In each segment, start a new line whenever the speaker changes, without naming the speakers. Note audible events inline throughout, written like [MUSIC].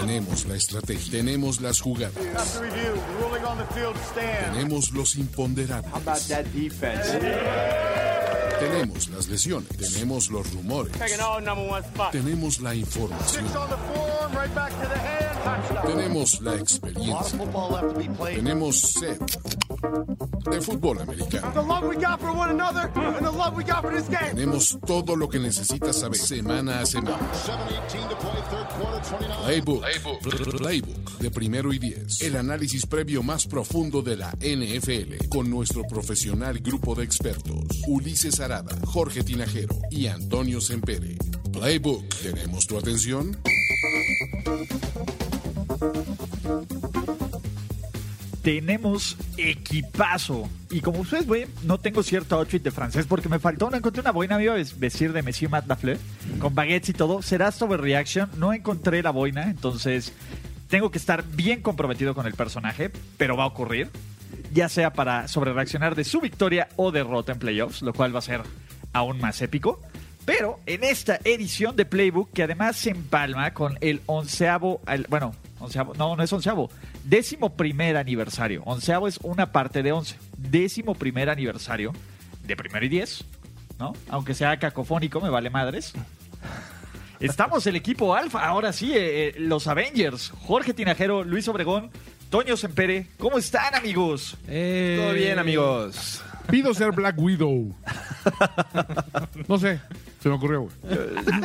Tenemos la estrategia, tenemos las jugadas, tenemos los imponderables, tenemos las lesiones, tenemos los rumores, tenemos la información, tenemos la experiencia, tenemos sed de fútbol americano. Tenemos todo lo que necesitas saber semana a semana. Playbook, Playbook, Playbook de primero y diez. El análisis previo más profundo de la NFL con nuestro profesional grupo de expertos. Ulises Arada, Jorge Tinajero y Antonio Sempere. Playbook, ¿tenemos tu atención?
tenemos equipazo. Y como ustedes ven, no tengo cierto outfit de francés porque me faltó. No encontré una boina. Me iba a ves- vestir de Monsieur Matt Lafleur con baguettes y todo. Será reaction No encontré la boina, entonces tengo que estar bien comprometido con el personaje, pero va a ocurrir. Ya sea para sobrereaccionar de su victoria o derrota en playoffs, lo cual va a ser aún más épico. Pero en esta edición de Playbook, que además se empalma con el onceavo, al- bueno, onceavo, no, no es onceavo, décimo primer aniversario. Onceavo es una parte de once. Décimo primer aniversario de primero y diez, ¿no? Aunque sea cacofónico, me vale madres. Estamos el equipo alfa, ahora sí, eh, eh, los Avengers. Jorge Tinajero, Luis Obregón, Toño Sempere. ¿Cómo están, amigos?
Todo bien, amigos.
Eh, Pido ser Black Widow. No sé, se me ocurrió, güey.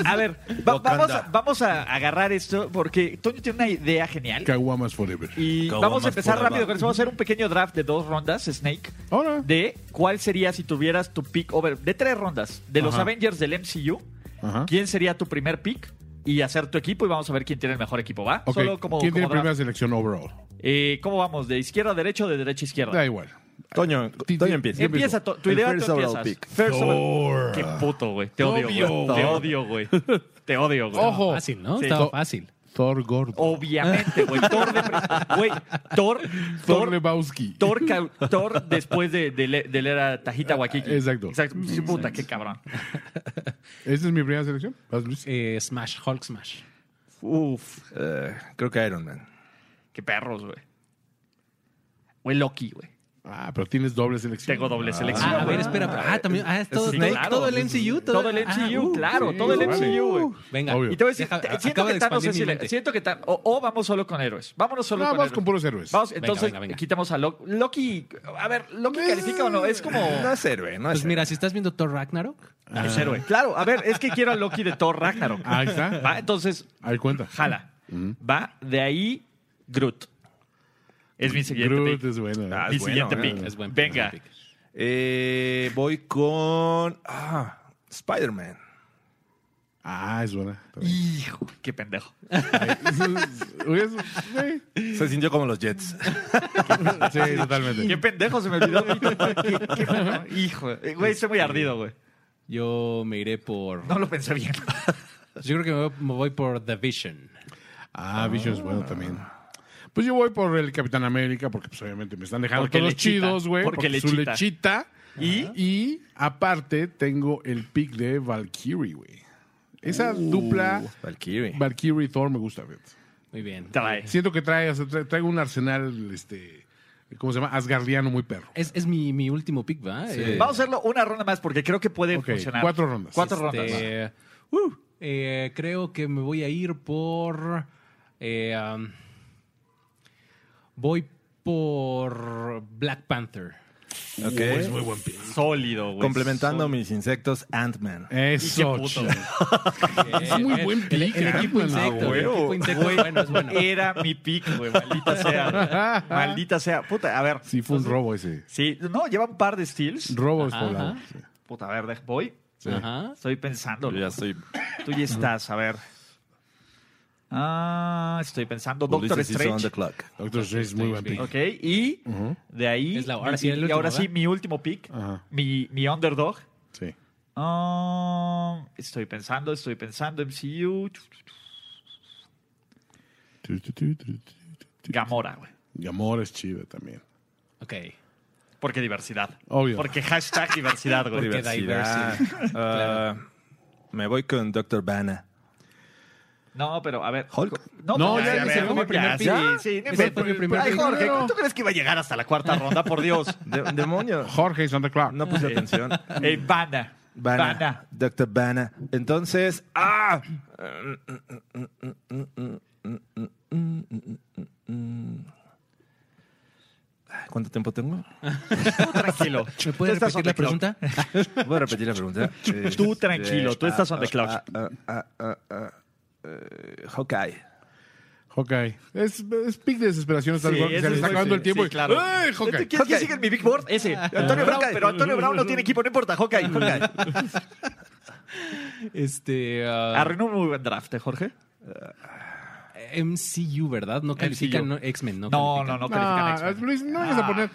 A ver, va- vamos,
Wakanda.
a, vamos a agarrar esto porque Toño tiene una idea genial.
Caguamas Forever.
Y
Caguamas
vamos a empezar
forever.
rápido con eso. Vamos a hacer un pequeño draft de dos rondas, Snake.
Ahora.
De cuál sería si tuvieras tu pick over. De tres rondas. De los
Ajá.
Avengers del MCU.
Ajá.
¿Quién sería tu primer pick? Y hacer tu equipo y vamos a ver quién tiene el mejor equipo, ¿va?
Ok,
Solo como,
¿Quién tiene
como draft.
primera selección overall?
Eh, ¿Cómo vamos? ¿De izquierda a derecha o de derecha a izquierda?
Da igual.
Toño,
Ti-
Toño
ti-
empieza.
Empieza to- tu
El
idea,
first
tú
overall
empiezas.
pick.
First overall- Qué puto, güey. Te odio, güey. Te odio, güey. Te odio, güey.
Ojo.
Fácil, ¿no?
Sí.
Estaba
No.
fácil.
Thor Gordo.
Obviamente, güey. Thor, de pri- güey, Thor,
Thor
Thor,
Lebowski.
Thor, ca- Thor después de, de, le- de leer a Tajita Wakiki.
Ah, Exacto.
Exacto. Sí, Puta, qué cabrón.
¿Esa es mi primera selección? ¿Vas, Luis?
Eh, Smash, Hulk Smash.
Uf,
Eh, creo que Iron Man.
qué perros, güey. Güey, Loki, güey.
Ah, pero tienes doble selección.
Tengo doble selección.
Ah, a ver,
güey.
espera. pero- Ah, también. Ah, es todo,
Sí,
todo,
claro.
todo el MCU.
Todo el
ah,
MCU,
uh,
claro.
sí,
todo el E
vale.
MCU, güey.
Venga.
Obvio.
Y te voy a decir,
Deja-
te-
a-
siento
acaba
que
de
está, no sé
expandir
si
mi
le-
mente.
siento que está, o, o vamos solo con héroes. Vámonos solo
No,
con
Ah, vamos
héroes.
con puros héroes.
Vamos, entonces,
venga, venga.
quitamos a Loki. Loki, a ver, ¿Loki califica o no? Es como...
No es héroe, no es
Pues
héroe.
mira, si estás viendo Thor Ragnarok,
Es héroe. Claro, a ver, es que quiero a Loki de Thor Ragnarok.
Ah. Ahí está.
Va, entonces,
Ahí cuenta.
jala. Va, de ahí, Groot. Es mi siguiente
Groot
pick.
es bueno.
Ah,
Mi
es bueno,
siguiente
eh.
pick.
es buen pick,
Venga.
buen pick.
Eh, voy con. Ah, Spider-Man.
Ah, es buena.
Hijo, qué pendejo.
Eso es- sí.
Se sintió como los Jets.
sí,
Qué
totalmente.
pendejo, se me
[LAUGHS]
olvidó. Qué- qué pendejo. Hijo, eh, güey, estoy muy ardido, güey.
yo me iré por.
No lo pensé
[LAUGHS]
bien.
Yo creo que me voy, me voy por The Vision.
Ah, Vision es bueno también. Pues yo voy por el Capitán América porque pues obviamente me están dejando
Porque
todos
lechita,
chidos, güey.
porque
Porque, su
lechita.
lechita.
Y
Y aparte tengo el pick de Valkyrie, güey. Esa
Uh,
dupla
Valkyrie.
Valkyrie Thor me gusta, güey.
Muy bien.
trae.
Siento que trae, o sea, tra- traigo un arsenal, este, ¿cómo se llama? Asgardiano muy perro.
Es, es mi, mi último pick, ¿va? Eh,
Vamos a hacerlo una ronda más porque creo que puede
Ok,
funcionar.
cuatro rondas.
Cuatro rondas.
este, uh, eh, creo que me voy a ir por. eh, um, voy por Black Panther.
Ok.
Ah, Sólido, güey.
Complementando mis insectos, Ant-Man.
Eso,
puto,
chi-
güey.
es muy buen
Eh, El,
pick.
el equipo
Ant-Man,
insecto.
güey.
el
huevo.
equipo insecto es bueno, es bueno.
Era mi pick, güey. Maldita sea. güey.
[LAUGHS]
Maldita sea. Puta, a ver.
Sí, fue un robo ese.
Sí, no, lleva un par de steals.
Robo es
Ajá,
poblado.
ajá.
sí.
Puta, a ver, dej- voy.
Ajá.
Estoy pensando.
estoy.
Tú ya estás, a ver. Ah, estoy pensando. Doctor
Ulises is on
Strange.
the clock.
Doctor Strange es muy buen pick.
Ok, y de ahí.
Es la- ahora
mi-
sí, el
y
último,
ahora sí,
¿verdad?
mi último pick.
Ajá.
Mi, mi underdog.
Sí.
Ah, estoy pensando, estoy pensando. MCU.
Tu, tu, tu, tu, tu.
Gamora, güey.
Gamora es chido también.
Ok.
Porque diversidad.
Obvio.
Porque hashtag diversidad, güey.
Porque
Diversidad. Ah, me voy con Dr. Banner.
No, pero a ver.
Hulk.
No,
No,
pues,
ya,
ya,
ya,
ese
ya,
fue mi
ya,
primer
ya.
pick. Sí, ni
Ese
me-
fue mi primer
Ay,
pick.
Jorge, ¿tú crees que iba a llegar hasta la cuarta ronda? Por Dios.
De- demonio.
Jorge y Santa Claus.
No puse atención.
Eh, Vana.
Bana.
Vana.
Dr. Bana. Entonces, ¡ah! ¿Cuánto tiempo tengo?
Tú tranquilo.
¿Me
Tú
puedes
estás
repetir la
on the
pregunta?
Voy a repetir la pregunta.
[LAUGHS]
Eh, ah,
Tú tranquilo, tú estás on the clock.
clock. ah, eh, Hawkeye.
Hawkeye. Es, es pick de desesperación. Está
Sí,
igual que
ese
se le está
es-
acabando
sí,
el tiempo.
sí,
y-
claro.
¡Ah!
¡Ay,
clock.
Hawkeye!
¿Quieres que siga en mi big board? Ese. Antonio Brown, pero Antonio Brown no tiene equipo, no importa. Hawkeye, Hawkeye.
Este. ah,
Arruinó un muy buen draft, ¿eh, Jorge.
MCU, ¿verdad? No califican
MCU.
no, X-Men, ¿no?
No, no,
califican.
no califican
No,
X-Men.
Ah, Luis, no vayas a poner.
ok,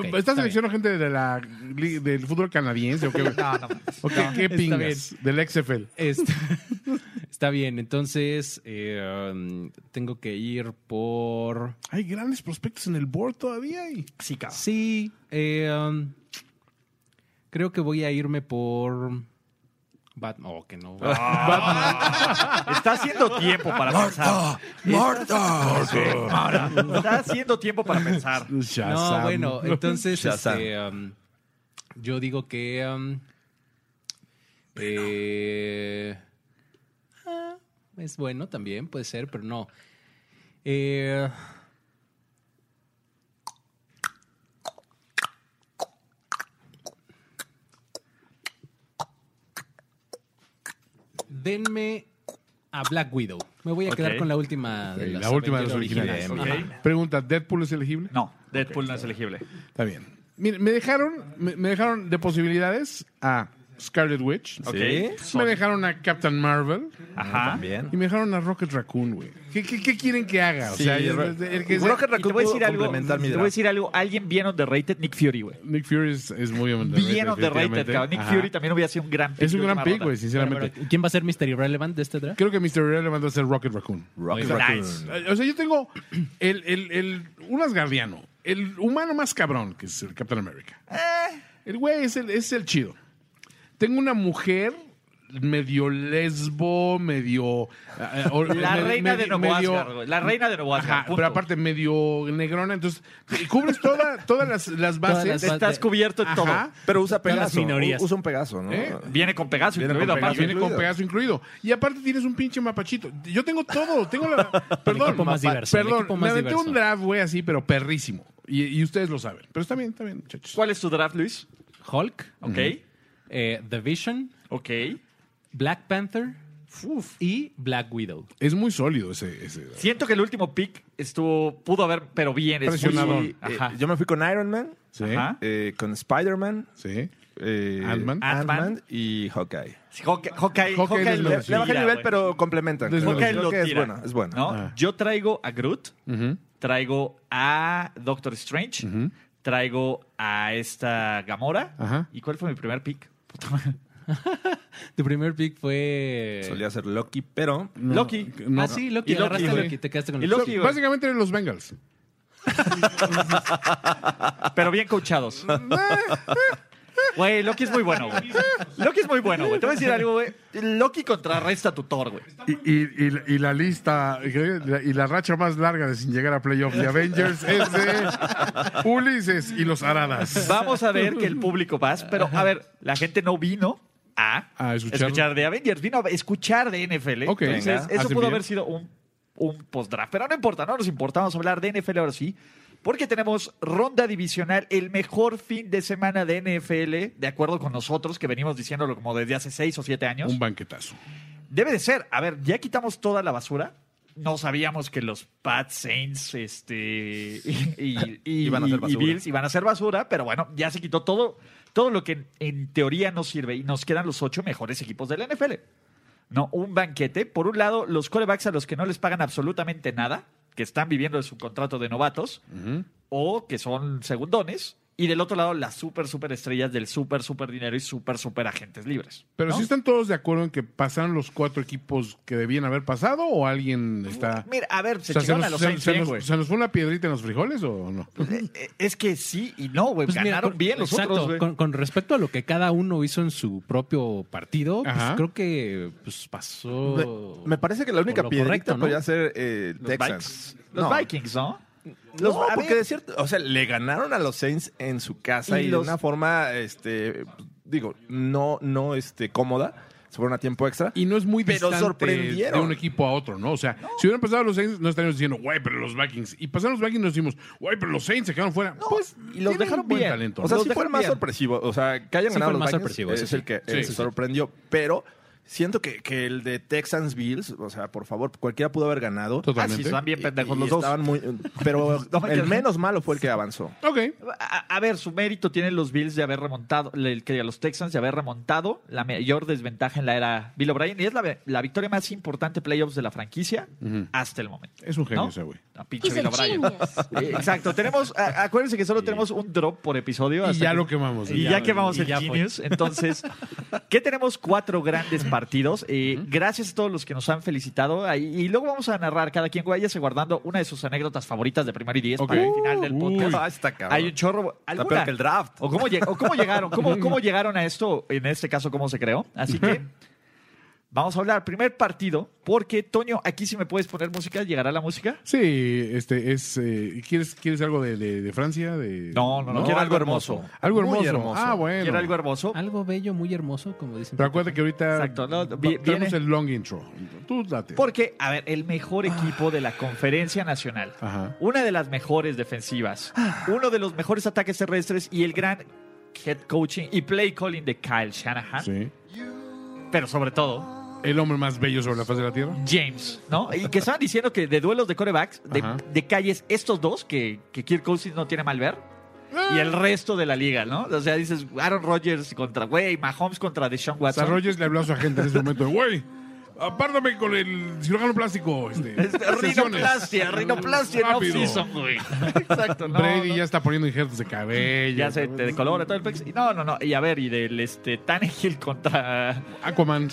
ok, está
¿Estás seleccionando gente de la, li- del fútbol canadiense
[LAUGHS]
o qué? güey?
No, no.
¿O qué, qué
está
pingas? Del XFL.
Este- [LAUGHS] está bien, entonces eh, um, tengo que ir por.
Hay grandes prospectos en el board todavía. y-
Sí, cabrón.
Sí, eh, um, creo que voy a irme por. Batman. Oh, que
[LAUGHS]
no.
Está haciendo tiempo para pensar. ¡Marta! ¡Marta! Está haciendo tiempo para pensar.
no,
[LAUGHS]
bueno, entonces.
Shazam.
este, um, yo digo que. um, eh, ah, es bueno también, puede ser, pero no. Eh, denme a Black Widow. Me voy a quedar
Ok.
con la última de
Ok,
las
la última de los
Avengers
originales.
originales.
Ok.
Ajá.
Pregunta: ¿Deadpool es elegible?
No, Deadpool no es elegible.
Está bien. Mire, me dejaron, me, me dejaron de posibilidades a Scarlet Witch.
¿Sí?
Me dejaron a Captain Marvel.
Ajá.
Bien.
Y me dejaron a Rocket Raccoon, güey. ¿Qué, qué, qué quieren que haga? O sea,
Sí,
el-
Ro-
el- el que sea-
Rocket
Y te
Raccoon
voy a decir
pudo
algo.
complementar
Te
mi
voy a
draft.
decir algo. Alguien bien underrated, Nick Fury, güey.
Nick Fury es, es muy underrated.
Bien underrated,
definitivamente.
cabrón. Nick
Ajá.
Fury también hubiera sido un gran pick.
Es un
de
gran
última
pick,
ronda.
güey,
Pero,
sinceramente.
pero, ¿Quién va a ser Mr. Irrelevant de este draft?
Creo que Mr. Irrelevant va a ser Rocket Raccoon.
Rocket
Nice.
Raccoon.
Eh, O sea, yo tengo el, el, el, un asgardiano, el humano más cabrón, que es el Captain America.
Eh.
El güey es el, es el chido. Tengo una mujer medio lesbo, medio... eh, o-
[LAUGHS] La
me-
reina de
medio-
Nuevo
medio-
Asgard, güey. La reina de Nuevo Asgard.
Ajá,
punto.
pero aparte medio negrona, entonces y cubres toda, todas las, las bases.
las bases.
Estás cubierto en
Ajá.
todo.
Pero usa
las
Pegaso.
minorías.
u- Usa un Pegaso, ¿no?
¿Eh?
Viene con Pegaso
Viene con
incluido,
Pegaso.
aparte.
Viene con
incluido.
Pegaso incluido. Y aparte tienes un pinche mapachito. Yo tengo todo. Tengo
[LAUGHS]
la. Perdón.
equipo más
mapa-
diverso, el
Perdón.
equipo
Me
más
aventé
diverso.
un draft, güey, así, pero perrísimo. Y, y ustedes lo saben. Pero está bien, está bien, muchachos.
¿Cuál es tu draft, Luis?
Hulk,
Ok.
eh, The Vision,
Ok.
Black Panther
Uf.
y Black Widow.
Es muy sólido ese. ese draft.
Siento que el último pick estuvo, pudo haber, pero bien. es muy-
Presionador.
Y, eh,
Ajá.
yo me fui con Iron Man,
Sí.
Ajá.
eh, con Spider-Man,
Sí.
eh,
Ant-Man.
Ant-Man y Hawkeye.
Sí, Hawkeye, Hawkeye,
Hawkeye
Hawkeye
es
lo
lo-
Le, le
tira,
bajé el nivel,
güey.
pero complementan.
Desde
Creo
Hawkeye
creo
lo
que es
tira.
bueno, es bueno.
¿No?
Ah.
Yo traigo a Groot,
Ujú.
traigo a Doctor Strange, traigo a esta Gamora.
Ajá.
¿Y cuál fue mi primer pick? Puta madre.
Tu primer pick fue.
Solía ser Loki, pero
Loki.
No.
Ah, sí, Loki.
Y Loki,
agarraste a
güey.
Loki, te quedaste con
Y
Loki.
Loki, güey.
Básicamente eran los Bengals.
Pero bien
[LAUGHS]
coachados. Güey, Loki es muy bueno, güey. Loki es muy bueno, güey. Te voy a decir algo, güey. Loki contrarresta a tu Thor, güey.
Y, y, y la- y la lista y la- y la racha más larga de sin llegar a playoff de Avengers es de Ulises y los Aradas.
Vamos a ver que el público va. Pero, a ver, la gente no vino a,
A escuchar.
de Avengers, vino a escuchar de NFL.
Ok.
Entonces,
Venga,
eso
hacen
pudo
bien.
haber sido un, un post-draft. Pero no importa, no nos importa. Vamos a hablar de NFL ahora sí. Porque tenemos ronda divisional, el mejor fin de semana de NFL, de acuerdo con nosotros, que venimos diciéndolo como desde hace seis o siete años.
Un banquetazo.
Debe de ser. A ver, ya quitamos toda la basura. No sabíamos que los Pat Saints este, y, y-
[LAUGHS]
y-
Iban a hacer
y
basura.
Bills iban a ser basura, pero bueno, ya se quitó todo, todo lo que en, en teoría nos sirve y nos quedan los ocho mejores equipos de la NFL. No, un banquete. Por un lado, los corebacks a los que no les pagan absolutamente nada, que están viviendo de su contrato de novatos o que son segundones. Y del otro lado, las super, super estrellas del super, super dinero y super, super agentes libres.
Pero
¿no?
si están todos de acuerdo en que pasaron los cuatro equipos que debían haber pasado o alguien está.
Mira, a ver, se
O sea,
chingaron a los
se-
Saints
se
bien,
nos-
güey.
se nos fue una piedrita en los frijoles o no?
Eh, eh, Es que sí y no, güey.
Pues mira,
Ganaron
con-
bien los
exacto,
otros, güey.
con, con respecto a lo que cada uno hizo en su propio partido, pues
Ajá.
creo que pues, pasó.
Me parece que la única
lo
piedrita
correcto, ¿no?
podría ser eh,
Los Vikings.
Texans.
Los
No.
Vikings, ¿no?
Los-
No, a
porque
ver.
de cierto, o sea, le ganaron a los Saints en su casa
Y
y,
los-
de una forma, este, digo, no, no, este, cómoda. Se fueron a tiempo extra.
Y no es muy
Pero
distante
sorprendieron.
de un equipo a otro, ¿no? O sea, si hubieran pasado los Saints, no estaríamos diciendo, güey, pero los Vikings. Y pasaron los Vikings y nos decimos, güey, pero los Saints se quedaron fuera. pues,
y los
tienen
dejaron
buen
bien.
talento.
o sea,
los
sí fue el
dejaron
más
bien.
sorpresivo. O sea, que hayan
Sí fue el
ganado los
más
Vikings
sorpresivo,
es
eso
el
sí.
que eh,
Sí,
se
sí.
sorprendió. Pero siento que, que el de Texans Bills, o sea, por favor, cualquiera pudo haber ganado.
Ah, sí,
totalmente.
están bien pendejos
Y- y
los dos.
estaban muy- pero
No me
el
quedo-
menos malo fue el que avanzó.
ok.
A, a ver, su mérito tienen los Bills de haber remontado, el, que los Texans de haber remontado la mayor desventaja en la era Bill O'Brien y es la, la victoria más importante playoffs de la franquicia hasta el momento.
Es un genio
¿no?
ese güey.
No, pinche
He's a
Bill O'Brien.
genius.
Eh, Exacto, tenemos, a- acuérdense que solo tenemos un drop por episodio.
Y
hasta
ya
que-
lo quemamos.
Y ya, quemamos
y
el
pues, ya fue.
Genius. Entonces, ¿qué tenemos? Cuatro grandes partidos. Eh, Gracias a todos los que nos han felicitado. Ahí- Y, luego vamos a narrar cada quien. Váyase guardando una de sus anécdotas favoritas de primero y diez para el
Ok.
final del
Uy.
podcast.
Ah, está cabrón.
Hay un chorro.
Está
¿Alguna?
peor que el draft.
¿O cómo, lleg- o cómo llegaron? ¿Cómo, ¿Cómo llegaron a esto? En este caso, ¿cómo se creó? Así que vamos a hablar. Primer partido, porque Toño, aquí si me puedes poner música, ¿llegará la música?
Sí, este es. eh, ¿quieres, ¿Quieres algo de, de- de Francia? De,
No, no, no. quiero algo hermoso.
Algo
Muy
hermoso.
hermoso.
Ah, bueno.
¿Quiere algo hermoso?
Algo bello, muy hermoso, como dicen.
Pero acuérdate que ahorita.
Exacto, no,
va-
vi-
tenemos
viene-
el long intro. Tú date.
Porque, a ver, el mejor equipo de la conferencia nacional,
Ajá.
una de las mejores defensivas, uno de los mejores ataques terrestres y el gran head coaching y play calling de Kyle Shanahan,
Sí.
pero sobre todo
El hombre más bello sobre la faz de la tierra.
James, ¿no? Y que estaban diciendo que de duelos de corebacks, de,
Ajá.
de calles, estos dos, que, que Kirk Cousins no tiene mal ver, y el resto de la liga, ¿no? O sea, dices Aaron Rodgers contra, güey, Mahomes contra Deshaun
O sea,
Watson.
Rogers le habló a su agente en ese momento de, güey, apártame con el cirujano plástico. Este,
[LAUGHS] Este,
sesiones".
Rinoplastia, rinoplastia en
Rápido.
off-season,
[LAUGHS]
güey. Exacto, no,
Brady
no.
ya está poniendo injertos de cabello.
Ya se te decolora todo el pex. Y No, no, no. Y a ver, y del este Tannehill contra [LAUGHS]
Aquaman.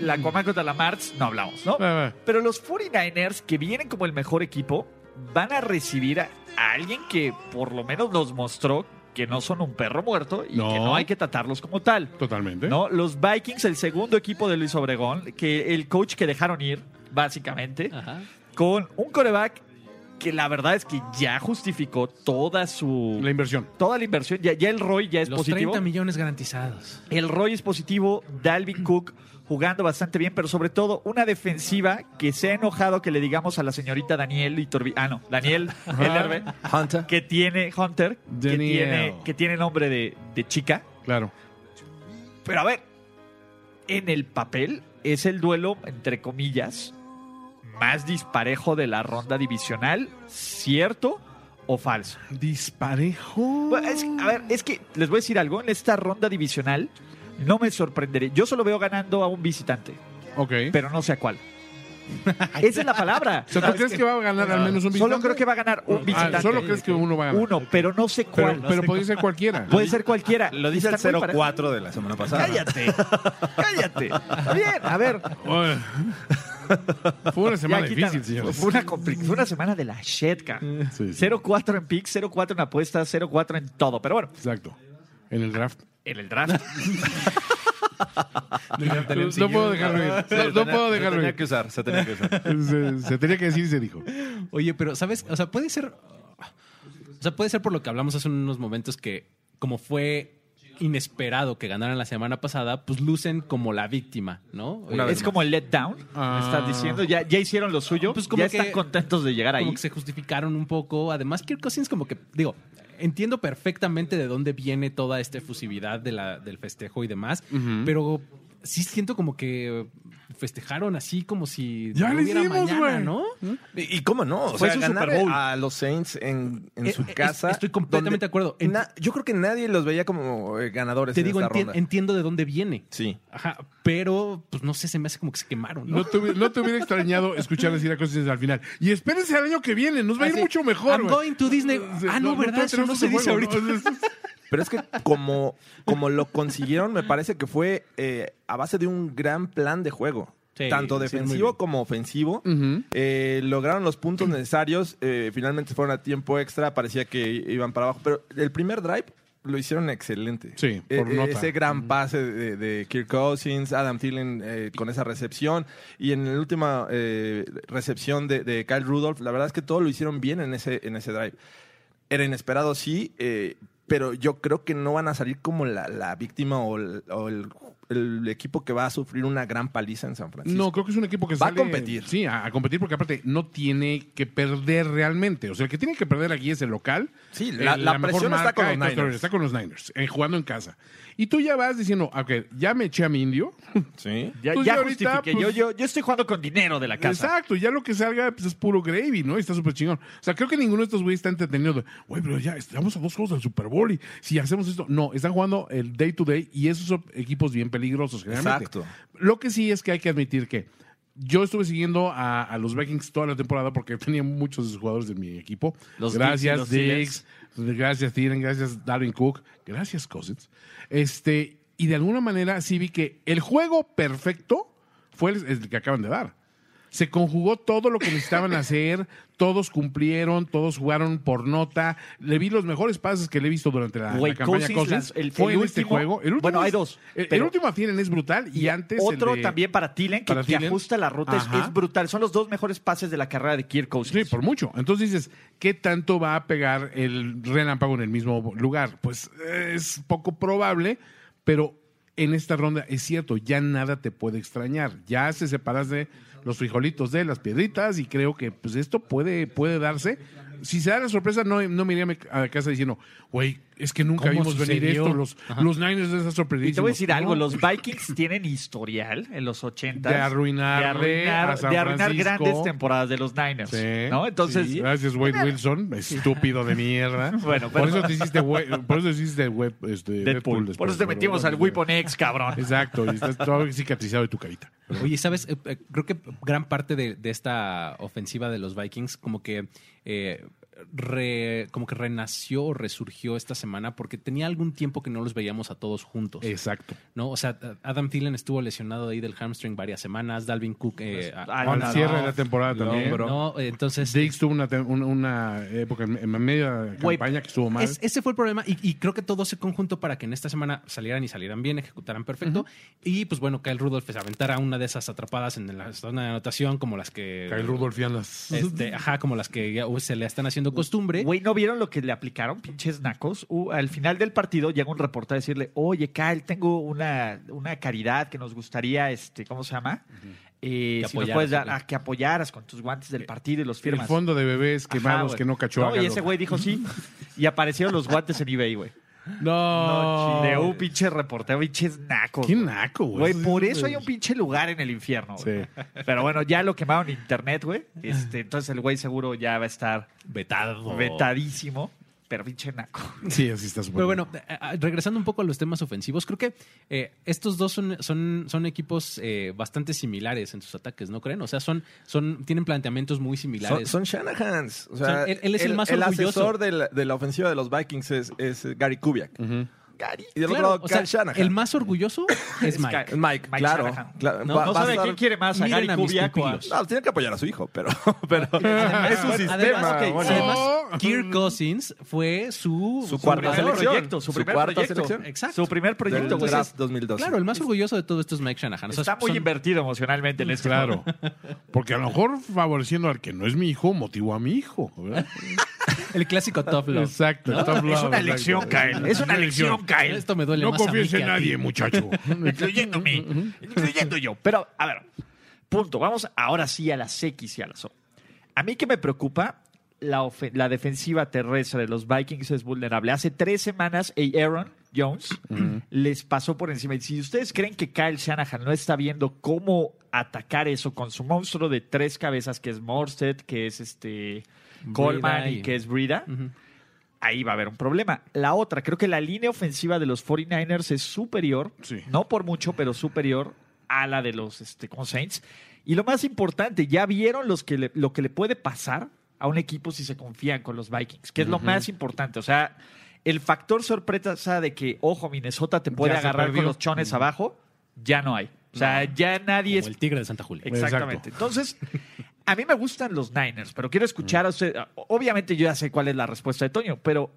la Coma contra la March, no hablamos, ¿no?
Ah,
Pero los 49ers, que vienen como el mejor equipo, van a recibir a, a alguien que por lo menos nos mostró que no son un perro muerto y
No.
que no hay que tratarlos como tal.
Totalmente.
¿No? Los Vikings, el segundo equipo de Luis Obregón, que el coach que dejaron ir, básicamente,
Ajá.
con un coreback que la verdad es que ya justificó toda su
La inversión.
toda la inversión, ya, ya el ROI ya es
Los
positivo.
30 millones garantizados.
El ROI es positivo, Dalvin Cook jugando bastante bien, pero sobre todo una defensiva que se ha enojado que le digamos a la señorita Daniel Iturbi, ah no, Daniel Ellerbe,
Hunter.
que tiene Hunter, que
Daniel.
tiene, que tiene nombre de, de chica,
Claro.
pero a ver, en el papel es el duelo, entre comillas, más disparejo de la ronda divisional, ¿cierto o falso?
Disparejo.
Bueno, es- a ver, es que les voy a decir algo. En esta ronda divisional no me sorprenderé. Yo solo veo ganando a un visitante,
Ok.
pero no sé a
[LAUGHS]
cuál. Esa es la palabra.
o sea, ¿tú crees que va a ganar al menos un visitante?
Solo creo que va a ganar un visitante.
Ah, solo crees que uno va a ganar.
Uno, pero no sé cuál.
Pero, pero podría ser cualquiera.
Puede ser cualquiera.
Lo dice el
Están muy
04 de la semana pasada.
parejos. Cállate, cállate. Bien, a ver.
Oye. Fue una semana
ya quitan-
difícil, señores.
Fue una, compli- fue una semana de la shit, cabrón.
Sí, sí.
0-4 en picks, 0-4 en apuestas, 0-4 en todo. Pero bueno,
Exacto. En el draft.
en el
[LAUGHS]
draft.
No puedo dejarlo ir. No, no puedo dejarlo ir.
usar, se tenía que usar.
Se, se tenía que decir y se dijo.
Oye, pero ¿sabes? O sea, puede ser. O sea, puede ser por lo que hablamos hace unos momentos que, como fue inesperado que ganaran la semana pasada, pues lucen como la víctima, ¿no? Eh,
Una vez
Es como el letdown,
Ah.
me estás diciendo. Ya, ya hicieron lo suyo,
Pues como
ya
que-
están contentos de llegar
como
ahí.
que se justificaron un poco. Además, Kirk Cousins como que, digo, entiendo perfectamente de dónde viene toda esta efusividad de la, del festejo y demás, pero sí siento como que festejaron así como si
Ya
no
le
hubiera
hicimos,
mañana,
güey.
¿no?
¿Y y cómo no? O
Fue
sea,
su
ganar
Super Bowl.
a los Saints en, en
Eh,
su
eh,
casa.
estoy completamente
donde
de acuerdo. En-
na- yo creo que nadie los veía como eh, ganadores
Te
en
digo,
esta
enti-
ronda.
entiendo de dónde viene.
Sí.
Ajá, pero pues no sé, se me hace como que se quemaron, ¿no?
No te, hubi- no te hubiera extrañado escuchar decir a cosas al final. Y espérense al año que viene, nos va a ir
Así,
mucho mejor.
I'm
güey".
going to Disney.
Sí,
Ah, no, ¿verdad? Eso no se
tenemos
dice
ese juego,
ahorita.
¿no? Es-
Pero es que como, como lo consiguieron, me parece que fue eh, a base de un gran plan de juego.
Sí,
Tanto
sí, muy
defensivo
bien.
como ofensivo.
Ujú.
Eh, lograron los puntos necesarios. eh, finalmente fueron a tiempo extra. Parecía que i- iban para abajo. Pero el primer drive lo hicieron excelente.
Sí,
Eh,
por
eh,
nota.
Ese gran pase de, de Kirk Cousins, Adam Thielen eh, con esa recepción. Y en la última eh, recepción de, de Kyle Rudolph, la verdad es que todo lo hicieron bien en ese, en ese drive. Era inesperado, sí, eh, pero yo creo que no van a salir como la, la víctima o, el, o el- el equipo que va a sufrir una gran paliza en San Francisco.
No, creo que es un equipo que
Va a
sale-
competir.
Sí, a, a competir porque aparte no tiene que perder realmente. O sea, el que tiene que perder aquí es el local.
Sí,
eh,
la- la
mejor
presión está con los
y todo,
Niners.
Está con los Niners, eh, jugando en casa. Y tú ya vas diciendo, ok, ya me eché a mi indio.
Sí.
Ya,
Pues
ya
yo ahorita,
justifiqué.
pues-
yo, yo, yo estoy jugando con dinero de la casa.
Exacto, ya lo que salga pues, es puro gravy, ¿no? Y está súper chingón. O sea, creo que ninguno de estos güeyes está entretenido. de, Güey, pero ya estamos a dos juegos del Super Bowl y si hacemos esto. No, están jugando el day to day y esos son equipos bien peligrosos, generalmente.
Exacto.
Lo que sí es que hay que admitir que yo estuve siguiendo a, a los Vikings toda la temporada porque [LAUGHS] tenía muchos de sus jugadores de mi equipo.
Los Dix
gracias,
y los
Diggs. Gracias, Tiren. Gracias, Darwin Cook. Gracias, Cousins. Este, y de alguna manera sí vi que el juego perfecto fue el- el que acaban de dar. Se conjugó todo lo que
[LAUGHS]
necesitaban hacer, todos cumplieron, todos jugaron por nota. Le vi los mejores pases que le he visto durante la,
Güey,
la campaña
Cousins
Cousins.
las- el-
fue
el
en este
último-
juego. El último
bueno,
es-
hay dos,
El, el
pero-
último a Thielen es brutal y, antes. el
Otro
de-
también para Tilen que,
para
que
Thielen.
ajusta la ruta. Es,
Ajá.
es brutal. Son los dos mejores pases de la carrera de Kirk
Sí,
Cousins.
por mucho. Entonces dices, ¿qué tanto va a pegar el relámpago en el mismo lugar? Pues eh, es poco probable, pero en esta ronda es cierto, ya nada te puede extrañar. Ya se separas de los frijolitos de las piedritas y creo que pues esto puede, puede darse. Si se da la sorpresa, no, no me iría a mi- a casa diciendo, güey, es que nunca
¿Cómo
vimos venir
sucedió?
esto. Los, los Niners de esa sorpresa.
Y te voy a decir algo, los Vikings [LAUGHS] tienen historial en los 80
De arruinarle a San
de arruinar
Francisco.
grandes temporadas de los Niners,
Sí.
¿no? Entonces,
Sí. gracias Wade Wilson, estúpido de mierda.
[LAUGHS] Bueno,
por
pero-
eso te hiciste we- por eso te hiciste we- este, Deadpool
Por
después,
eso te
pero
metimos al
bueno,
Weapon X, [LAUGHS] cabrón.
Exacto, y estás todo cicatrizado de tu carita.
[LAUGHS] Oye, ¿sabes? Eh, eh, creo que gran parte de, de esta ofensiva de los Vikings como que... eh, re- como que renació o resurgió esta semana porque tenía algún tiempo que no los veíamos a todos juntos.
Exacto.
¿no? O sea, Adam Thielen estuvo lesionado ahí del hamstring varias semanas, Dalvin Cook eh, a-
Ah,
Al
no,
cierre
no.
de la temporada también.
no, entonces
Diggs tuvo una, tem- una, una época en en media
Güey,
campaña que estuvo mal.
es- ese fue el problema y, y creo que todo se conjuntó para que en esta semana salieran y salieran bien, ejecutaran perfecto y pues bueno, Kyle Rudolph se aventara una de esas atrapadas en la zona de anotación como las que
Kyle Rudolph y andas.
este, ajá, como las que ya, uh, se le están haciendo costumbre.
Güey, ¿no vieron lo que le aplicaron, pinches nacos? Uh, al final del partido llega un reportero a decirle, oye, Kyle, tengo una, una caridad que nos gustaría, este, ¿cómo se llama? Eh, si
Que
nos
apoyaras,
puedes dar,
güey.
a que apoyaras con tus guantes del partido y los
Eh, El
firmas.
fondo de bebés
Ajá,
quemados
güey.
que no cachó.
No, y
hágalo.
ese güey dijo sí. Y aparecieron los guantes en eBay, güey.
No,
De un pinche reportero, pinches nacos.
Qué
güey.
naco, güey.
Güey, por eso hay un pinche lugar en el infierno. güey.
Sí.
Pero bueno, ya lo quemaron en internet, güey. Este, entonces el güey seguro ya va a estar
Oh.
vetado.
vetadísimo. Pero pinche naco.
Sí, así estás.
Pero bueno, eh, eh, regresando un poco a los temas ofensivos, creo que eh, estos dos son, son, son equipos eh, bastante similares en sus ataques, ¿no creen? O sea, son, son, tienen planteamientos muy
Son,
similares.
son Shanahans. O sea,
Son- él- él es el más orgulloso.
asesor de la, de la ofensiva de los Vikings es, es Gary Kubiak. Gary. Y del
Claro,
otro lado,
o sea,
Kyle Shanahan.
el más orgulloso es Mike.
Sky-
Mike, claro,
Shanahan.
claro.
No,
Va-
no
va a
sabe
estar-
quién quiere más, a
Miren
Gary
a mis
Kubiak o a-
pupilos.
No, tiene que apoyar a su hijo, pero, [LAUGHS] pero es su
Además-
sistema.
además,
ok,
bueno.
sí, además,
No.
Kirk Cousins fue su,
Su cuarta
primer
selección.
proyecto, su primer
cuarta
proyecto.
selección.
Exacto.
Su primer
Del
proyecto, güey.
draft 2012.
Claro, el más orgulloso de todo esto es Mike Shanahan. O sea,
Está muy
son-
invertido emocionalmente en este esto.
Claro. Porque a lo mejor favoreciendo al que no es mi hijo, motivó a mi hijo. ¿verdad?
el clásico top love.
Exacto. está
Es
hablado,
una
exacto.
lección, Kyle. Es una lección, Kyle.
Esto me duele
No
más a mí
confíes
que
en
a ti.
nadie, muchacho.
[LAUGHS] incluyéndome, incluyendo yo. Pero, a ver, punto. Vamos ahora sí a las X y a las O. A mí que me preocupa, la, ofe- la defensiva terrestre de los Vikings es vulnerable. Hace tres semanas, A. Aaron Jones, les pasó por encima. Y si ustedes creen que Kyle Shanahan no está viendo cómo atacar eso con su monstruo de tres cabezas, que es Morstead, que es este Coleman y
y-
que es Brida, ahí va a haber un problema. La otra, creo que la línea ofensiva de los 49ers es superior,
Sí.
no por mucho, pero superior a la de los este, con Saints. Y lo más importante, ya vieron los que le- lo que le puede pasar a un equipo si se confían con los Vikings, que es lo más importante. O sea, el factor sorpresa de que, ojo, Minnesota te puede
Ya se
agarrar con
perdió.
los chones abajo, ya no hay. O sea, ya nadie
Como
es
el tigre de Santa Julia.
Exactamente. Entonces, a mí me gustan los Niners, pero quiero escuchar a usted. Obviamente yo ya sé cuál es la respuesta de Toño, pero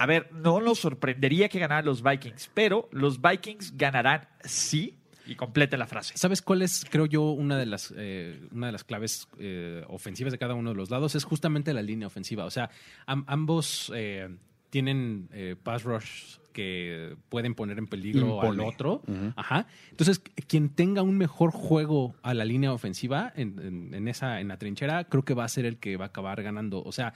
a ver, no nos sorprendería que ganaran los Vikings, pero los Vikings ganarán sí y complete la frase.
¿Sabes cuál es, creo yo, una de las, eh, una de las claves eh, ofensivas de cada uno de los lados? Es justamente la línea ofensiva. O sea, am- ambos eh, tienen eh, pass rush que pueden poner en peligro al
Impone.
otro. Ajá. Entonces, quien tenga un mejor juego a la línea ofensiva en, en- en esa, en la trinchera, creo que va a ser el que va a acabar ganando. O sea,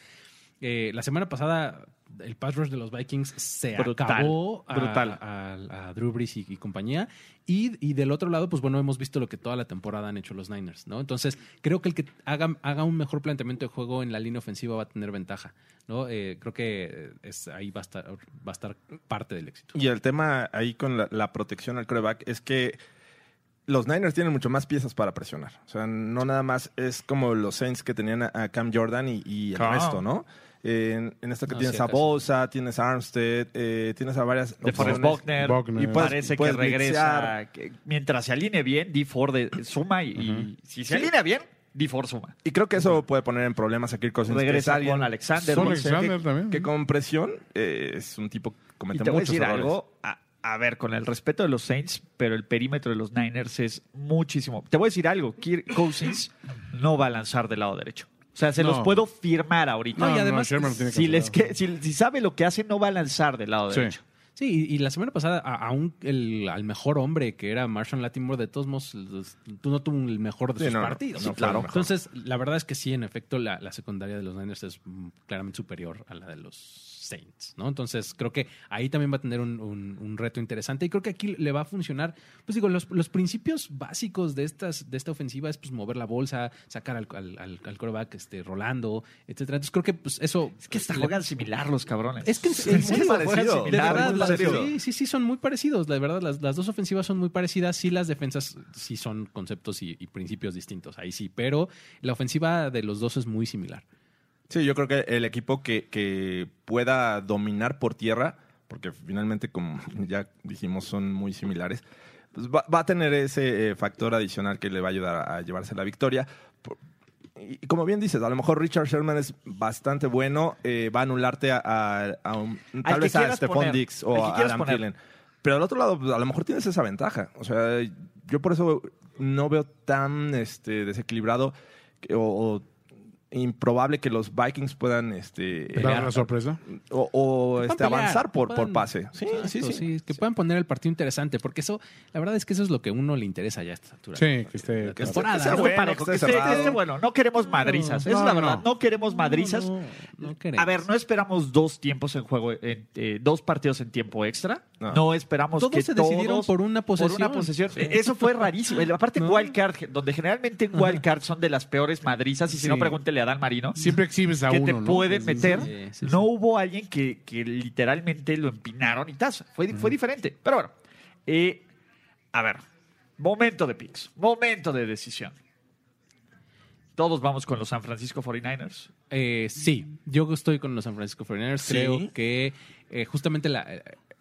eh, la semana pasada el pass rush de los Vikings se
Brutal,
acabó a-
brutal.
a, a Drew Brees y, y compañía. Y, y del otro lado, pues bueno, hemos visto lo que toda la temporada han hecho los Niners, ¿no? Entonces, creo que el que haga, haga un mejor planteamiento de juego en la línea ofensiva va a tener ventaja, ¿no? Eh, creo que eh, es, ahí va a, estar, va a estar parte del éxito.
Y el tema ahí con la, la protección al coreback es que los Niners tienen mucho más piezas para presionar. O sea, no nada más es como los Saints que tenían a, a Cam Jordan y, y el
Cam.
resto, ¿no? En, en esto que
No,
tienes
sí,
a
acaso.
Bosa, tienes a Armstead, eh, tienes a varias
De Forrest
opciones.
Buckner,
Buckner.
y
Y
puedes-
parece que
puedes
regresa.
mixear.
que mientras se alinee bien, D. Ford eh, suma y, y si se alinea bien, D. Ford suma.
Y creo que eso puede poner en problemas a Kirk Cousins. que Pues es
Regresa
alguien
con Alexander.
Son
Wilson.
Alexander también.
que con presión eh, es un tipo que
Y
comete
te voy a
muchos
decir
errores.
algo, a, a ver, con el respeto de los Saints, pero el perímetro de los Niners es muchísimo. Te voy a decir algo, Kirk Cousins no va a lanzar del lado derecho. O sea, se los
No.
puedo firmar ahorita.
No,
y
no,
además,
Sherman lo tiene
si, les
controlado.
que- si, si sabe lo que hace, no va a lanzar del lado
Sí.
derecho.
Sí, y, y la semana pasada, a- aún el, al mejor hombre que era Marshall Latimore, de todos modos, los- tú no tuvo el mejor de
Sí,
sus
no, no,
partidos.
no Sí, fue claro. el mejor.
Entonces, la verdad es que sí, en efecto, la, la secundaria de los Niners es mm, claramente superior a la de los Saints, ¿no? Entonces, creo que ahí también va a tener un, un- un reto interesante y creo que aquí le va a funcionar, pues digo, los, los principios básicos de, estas, de esta ofensiva es pues mover la bolsa, sacar al, al, al- al quarterback, este, rolando, etcétera. Entonces, creo que pues eso...
Es que hasta
le-
juegan similar los cabrones.
es que en,
muy
serio,
parecido.
de
De
verdad,
muy
las-
parecido.
sí, sí, sí, son muy parecidos. La verdad, las, las dos ofensivas son muy parecidas. Sí, las defensas sí son conceptos y, y principios distintos. Ahí sí, pero la ofensiva de los dos es muy similar.
Sí, yo creo que el equipo que, que pueda dominar por tierra, porque finalmente, como [LAUGHS] ya dijimos, son muy similares, pues va, va a tener ese eh, factor adicional que le va a ayudar a, a llevarse la victoria. Por- y y como bien dices, a lo mejor Richard Sherman es bastante bueno, eh, va a anularte a, a- a un- tal
que
vez a
quieras
Stephon
poner,
Dix
al
o
que
a
quieras
Adam
poner.
Thielen. Pero al otro lado, pues, a lo mejor tienes esa ventaja. O sea, yo por eso no veo tan este, desequilibrado que- o, o improbable que los Vikings puedan este, eh,
Dar la sorpresa.
o, o,
Que puedan
este,
pelear,
avanzar por,
que
por
puedan-
pase. Sí,
Exacto,
sí, sí,
que puedan poner el partido interesante, porque eso, la verdad es que eso es lo que a uno le interesa ya a esta altura.
Sí, que esté-
La
que
temporada,
esté- que sea
¿no?
bueno,
Parejo,
que
que
esté
esté-
cerrado.
que esté bueno. No queremos madrizas, esa es
No,
la
no,
verdad.
no.
No queremos madrizas.
No, no, no queremos.
A ver, no esperamos dos tiempos en juego, en, eh, dos partidos en tiempo extra. No,
No.
esperamos
Todos
que
se decidieron
todos-
por una
Por una posesión.
posesión.
E-, Eso fue rarísimo. Y Aparte en
[LAUGHS] No.
Wildcard, donde generalmente en Wildcard son de las peores madrizas, y si
Sí.
no, pregúntele a Dan Marino.
Siempre exhibes a
que
uno,
te
¿no?
pueden meter.
sí, sí,
no hubo alguien que, que literalmente lo empinaron y taza. Fue, fue diferente. Pero bueno, eh, a ver, momento de picks, momento de decisión. Todos vamos con los San Francisco 49ers.
Eh, sí, yo estoy con los San Francisco 49ers.
Sí.
Creo que eh, justamente la,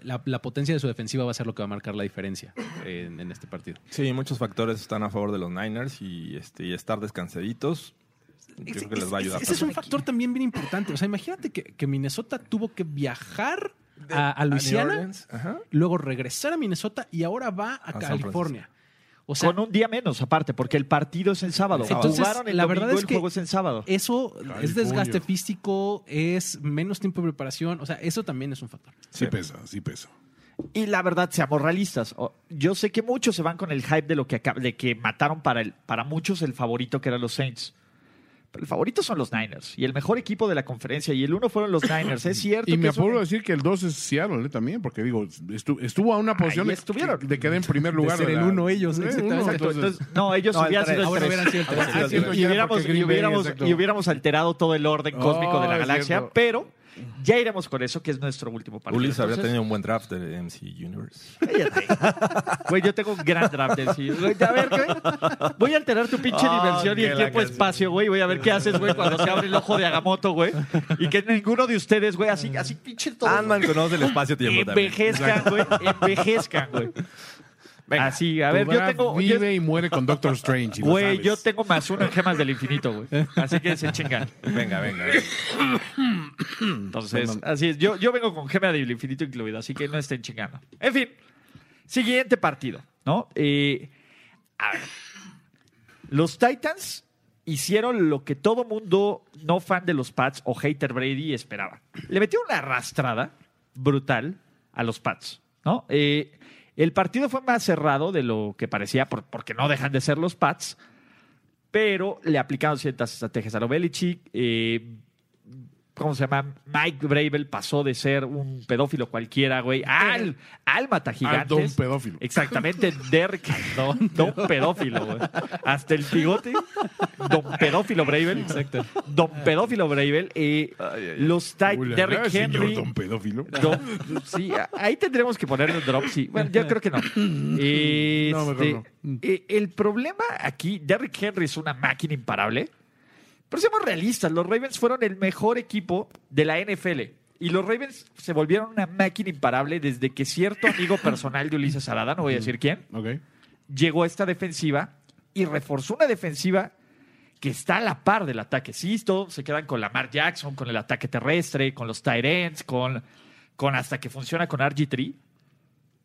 la- la potencia de su defensiva va a ser lo que va a marcar la diferencia en, en este partido.
Sí, muchos factores están a favor de los Niners y, este, y estar descansaditos. Yo creo que les va a ayudar.
Ese es un factor también bien importante. O sea, imagínate que, que Minnesota tuvo que viajar a, a Luisiana,
Ajá.
luego regresar a Minnesota y ahora va a,
San
California. O sea,
con un día menos, aparte, porque el partido es en sábado.
Entonces,
Jugaron el
la
domingo,
verdad es
el
que
juego es en sábado.
eso es
California.
desgaste físico, es menos tiempo de preparación. O sea, eso también es un factor.
Sí pesa, sí pesa.
Y la verdad, seamos realistas. O- Yo sé que muchos se van con el hype de lo que acab- de que mataron para el, para muchos el favorito que eran los Saints. Pero el favorito son los Niners. Y el mejor equipo de la conferencia. Y el uno fueron los Niners. Es cierto.
[COUGHS] Y me
que es un-
apuro a decir que el 2 es Seattle ¿eh? también, porque digo, estu- estuvo a una posición
Ahí
de,
estuvieron.
de quedar en primer lugar.
ser
de
el uno ellos,
Eh,
exactamente.
uno,
Exacto,
entonces-
entonces, no, ellos
No, el
hubieran
tres.
sido el
Ahora
tres.
hubieran sido el tres.
Ah,
Ah,
sí,
cierto.
y hubiéramos,
porque Green
y
Bay,
hubiéramos-
exacto.
y hubiéramos alterado todo el orden cósmico
Oh,
de la
es
galaxia,
cierto.
pero ya iremos con eso, que es nuestro último partido.
Ulises habría
Entonces,
tenido un buen draft de MC Universe.
cállate. Güey, yo tengo un gran draft del sí. Güey, a ver, güey, voy a alterar tu pinche
Ah,
dimensión y
qué
el
la
tiempo-espacio, güey. Voy a ver qué haces, güey, cuando se abre el ojo de Agamotto, güey. Y que ninguno de ustedes, güey, así, así pinche todo.
Andan con del
Eh,
espacio-tiempo Ah, también.
Envejezcan, güey. Envejezcan, güey. Así, a ver,
Tu
yo
Brad
tengo... yo-
Vive y muere con Doctor Strange.
[LAUGHS]
y lo
Güey,
sabes.
yo tengo más uno en gemas del infinito, güey. Así que se chingan.
Venga, venga. venga.
Entonces, así es. Yo, yo vengo con gema del infinito incluido, así que no estén chingando. En fin, siguiente partido, ¿no? Eh, a ver. Los Titans hicieron lo que todo mundo no fan de los Pats o hater Brady esperaba. Le metieron una arrastrada brutal a los Pats, ¿no? Eh, el partido fue más cerrado de lo que parecía, por- porque no dejan de ser los Pats, pero le aplicaron ciertas estrategias a lo Belichick. eh, ¿cómo se llama? Mike Bravel pasó de ser un pedófilo cualquiera, güey, al, al matagigantes.
Al don pedófilo.
Exactamente, Derek [LAUGHS] don, don pedófilo, güey. Hasta el bigote, don pedófilo Bravel. Exacto. Don pedófilo Bravel. eh, los Titans,
Uy, la verdad,
Derek
señor
Henry.
don pedófilo.
[LAUGHS] don- sí, a- ahí tendremos que ponerle un drop, sí. Bueno, yo
[CLEARS THROAT]
creo que no. Este,
No, mejor no.
eh, el problema aquí, Derrick Henry es una máquina imparable. Pero seamos realistas, los Ravens fueron el mejor equipo de la NFL. Y los Ravens se volvieron una máquina imparable desde que cierto amigo personal de Ulises Arada, no voy a decir quién,
Ok.
llegó a esta defensiva y reforzó una defensiva que está a la par del ataque. Sí, todos se quedan con Lamar Jackson, con el ataque terrestre, con los tight ends, con, con hasta que funciona con RG3.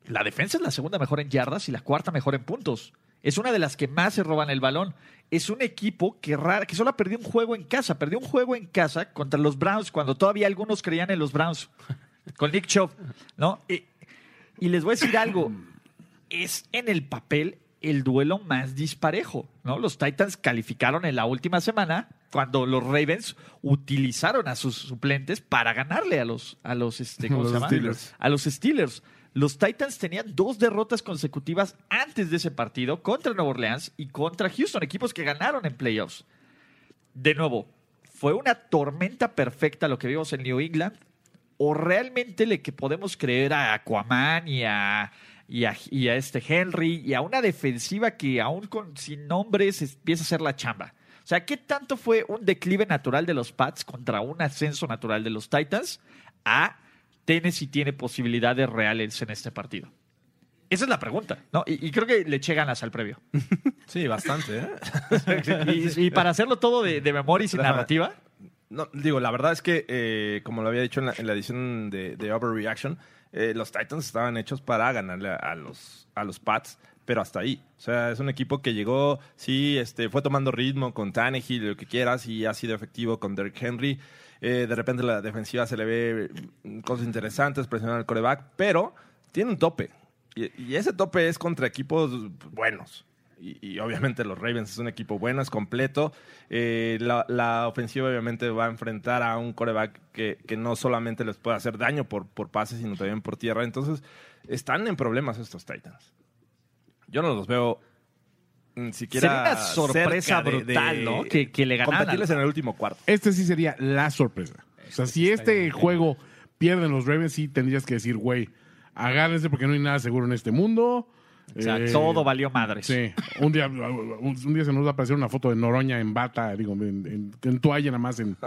La defensa es la segunda mejor en yardas y la cuarta mejor en puntos. Es una de las que más se roban el balón. Es un equipo que, rara, que solo ha perdido un juego en casa. Perdió un juego en casa contra los Browns cuando todavía algunos creían en los Browns. Con Nick Chubb, ¿no? Y, y les voy a decir algo es en el papel el duelo más disparejo, ¿no? Los Titans calificaron en la última semana cuando los Ravens utilizaron a sus suplentes para ganarle a los a los,
[LAUGHS]
este, ¿cómo
A los
se llama?
Steelers.
A los Steelers. Los Titans tenían dos derrotas consecutivas antes de ese partido contra Nueva Orleans y contra Houston, equipos que ganaron en playoffs. De nuevo, ¿fue una tormenta perfecta lo que vimos en New England? ¿O realmente le que podemos creer a Aquaman y a, y a, y a este Henry y a una defensiva que aún con, sin nombres empieza a hacer la chamba? O sea, ¿qué tanto fue un declive natural de los Pats contra un ascenso natural de los Titans a Tennessee tiene posibilidades reales en este partido? Esa es la pregunta, ¿no? Y, y creo que le eché ganas al previo.
[LAUGHS] Sí, bastante, ¿eh?
Y, y para hacerlo todo de, de memoria y sin
Ajá.
narrativa.
No, digo, la verdad es que, eh, como lo había dicho en la, en la edición de, de Overreaction, eh, los Titans estaban hechos para ganarle a, a los, a los Pats, pero hasta ahí. O sea, es un equipo que llegó, sí, este, fue tomando ritmo con Tannehill, lo que quieras, y ha sido efectivo con Derrick Henry. Eh, de repente la defensiva se le ve mm, cosas interesantes, presionar al coreback, pero tiene un tope. Y, y ese tope es contra equipos buenos. Y, y obviamente los Ravens es un equipo bueno, es completo. Eh, la, la ofensiva obviamente va a enfrentar a un coreback que, que no solamente les puede hacer daño por, por pases, sino también por tierra. Entonces, están en problemas estos Titans. Yo no los veo ni siquiera.
Sería una sorpresa
cerca de-
brutal,
de
¿no? Que- que le ganaran
Competirles en el último cuarto.
Este sí sería la sorpresa. O sea, si este juego pierden los Ravens, sí tendrías que decir, güey, agárrense porque no hay nada seguro en este mundo. Eh,
todo valió madres.
Sí, un día, un un día se nos va a aparecer una foto de Noroña en bata, digo, en, en- en toalla
[LAUGHS]
nada más. En, o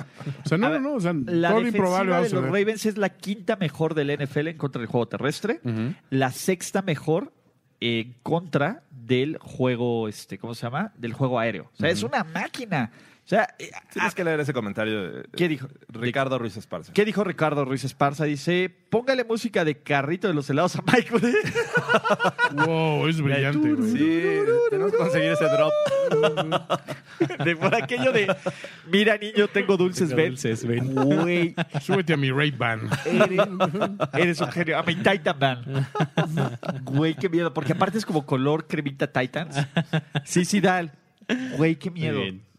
sea, no,
A ver,
no, no, o sea,
La
todo lo
defensiva
improbable va a
de los
suceder.
Ravens es la quinta mejor del NFL en contra del juego terrestre, la sexta mejor eh, en contra del juego, este, ¿cómo se llama? Del juego aéreo. O sea, es una máquina. O sea, eh,
Tienes que leer ese comentario. de-
¿Qué dijo?
Ricardo Ruiz Esparza.
¿Qué dijo Ricardo Ruiz Esparza? Dice, póngale música de carrito de los helados a Mike. Wood".
Wow, es brillante, güey.
Sí, tenemos que conseguir ese drop.
[LAUGHS] de por aquello de, mira niño, tengo dulces, ven.
Dulces, ven.
Güey,
Súbete a mi Ray Ban.
Eres, eres un genio. A mi Titan Man. Güey, qué miedo. Porque aparte es como color cremita Titans. Sí, sí, Dal. Güey, qué miedo.
Muy bien.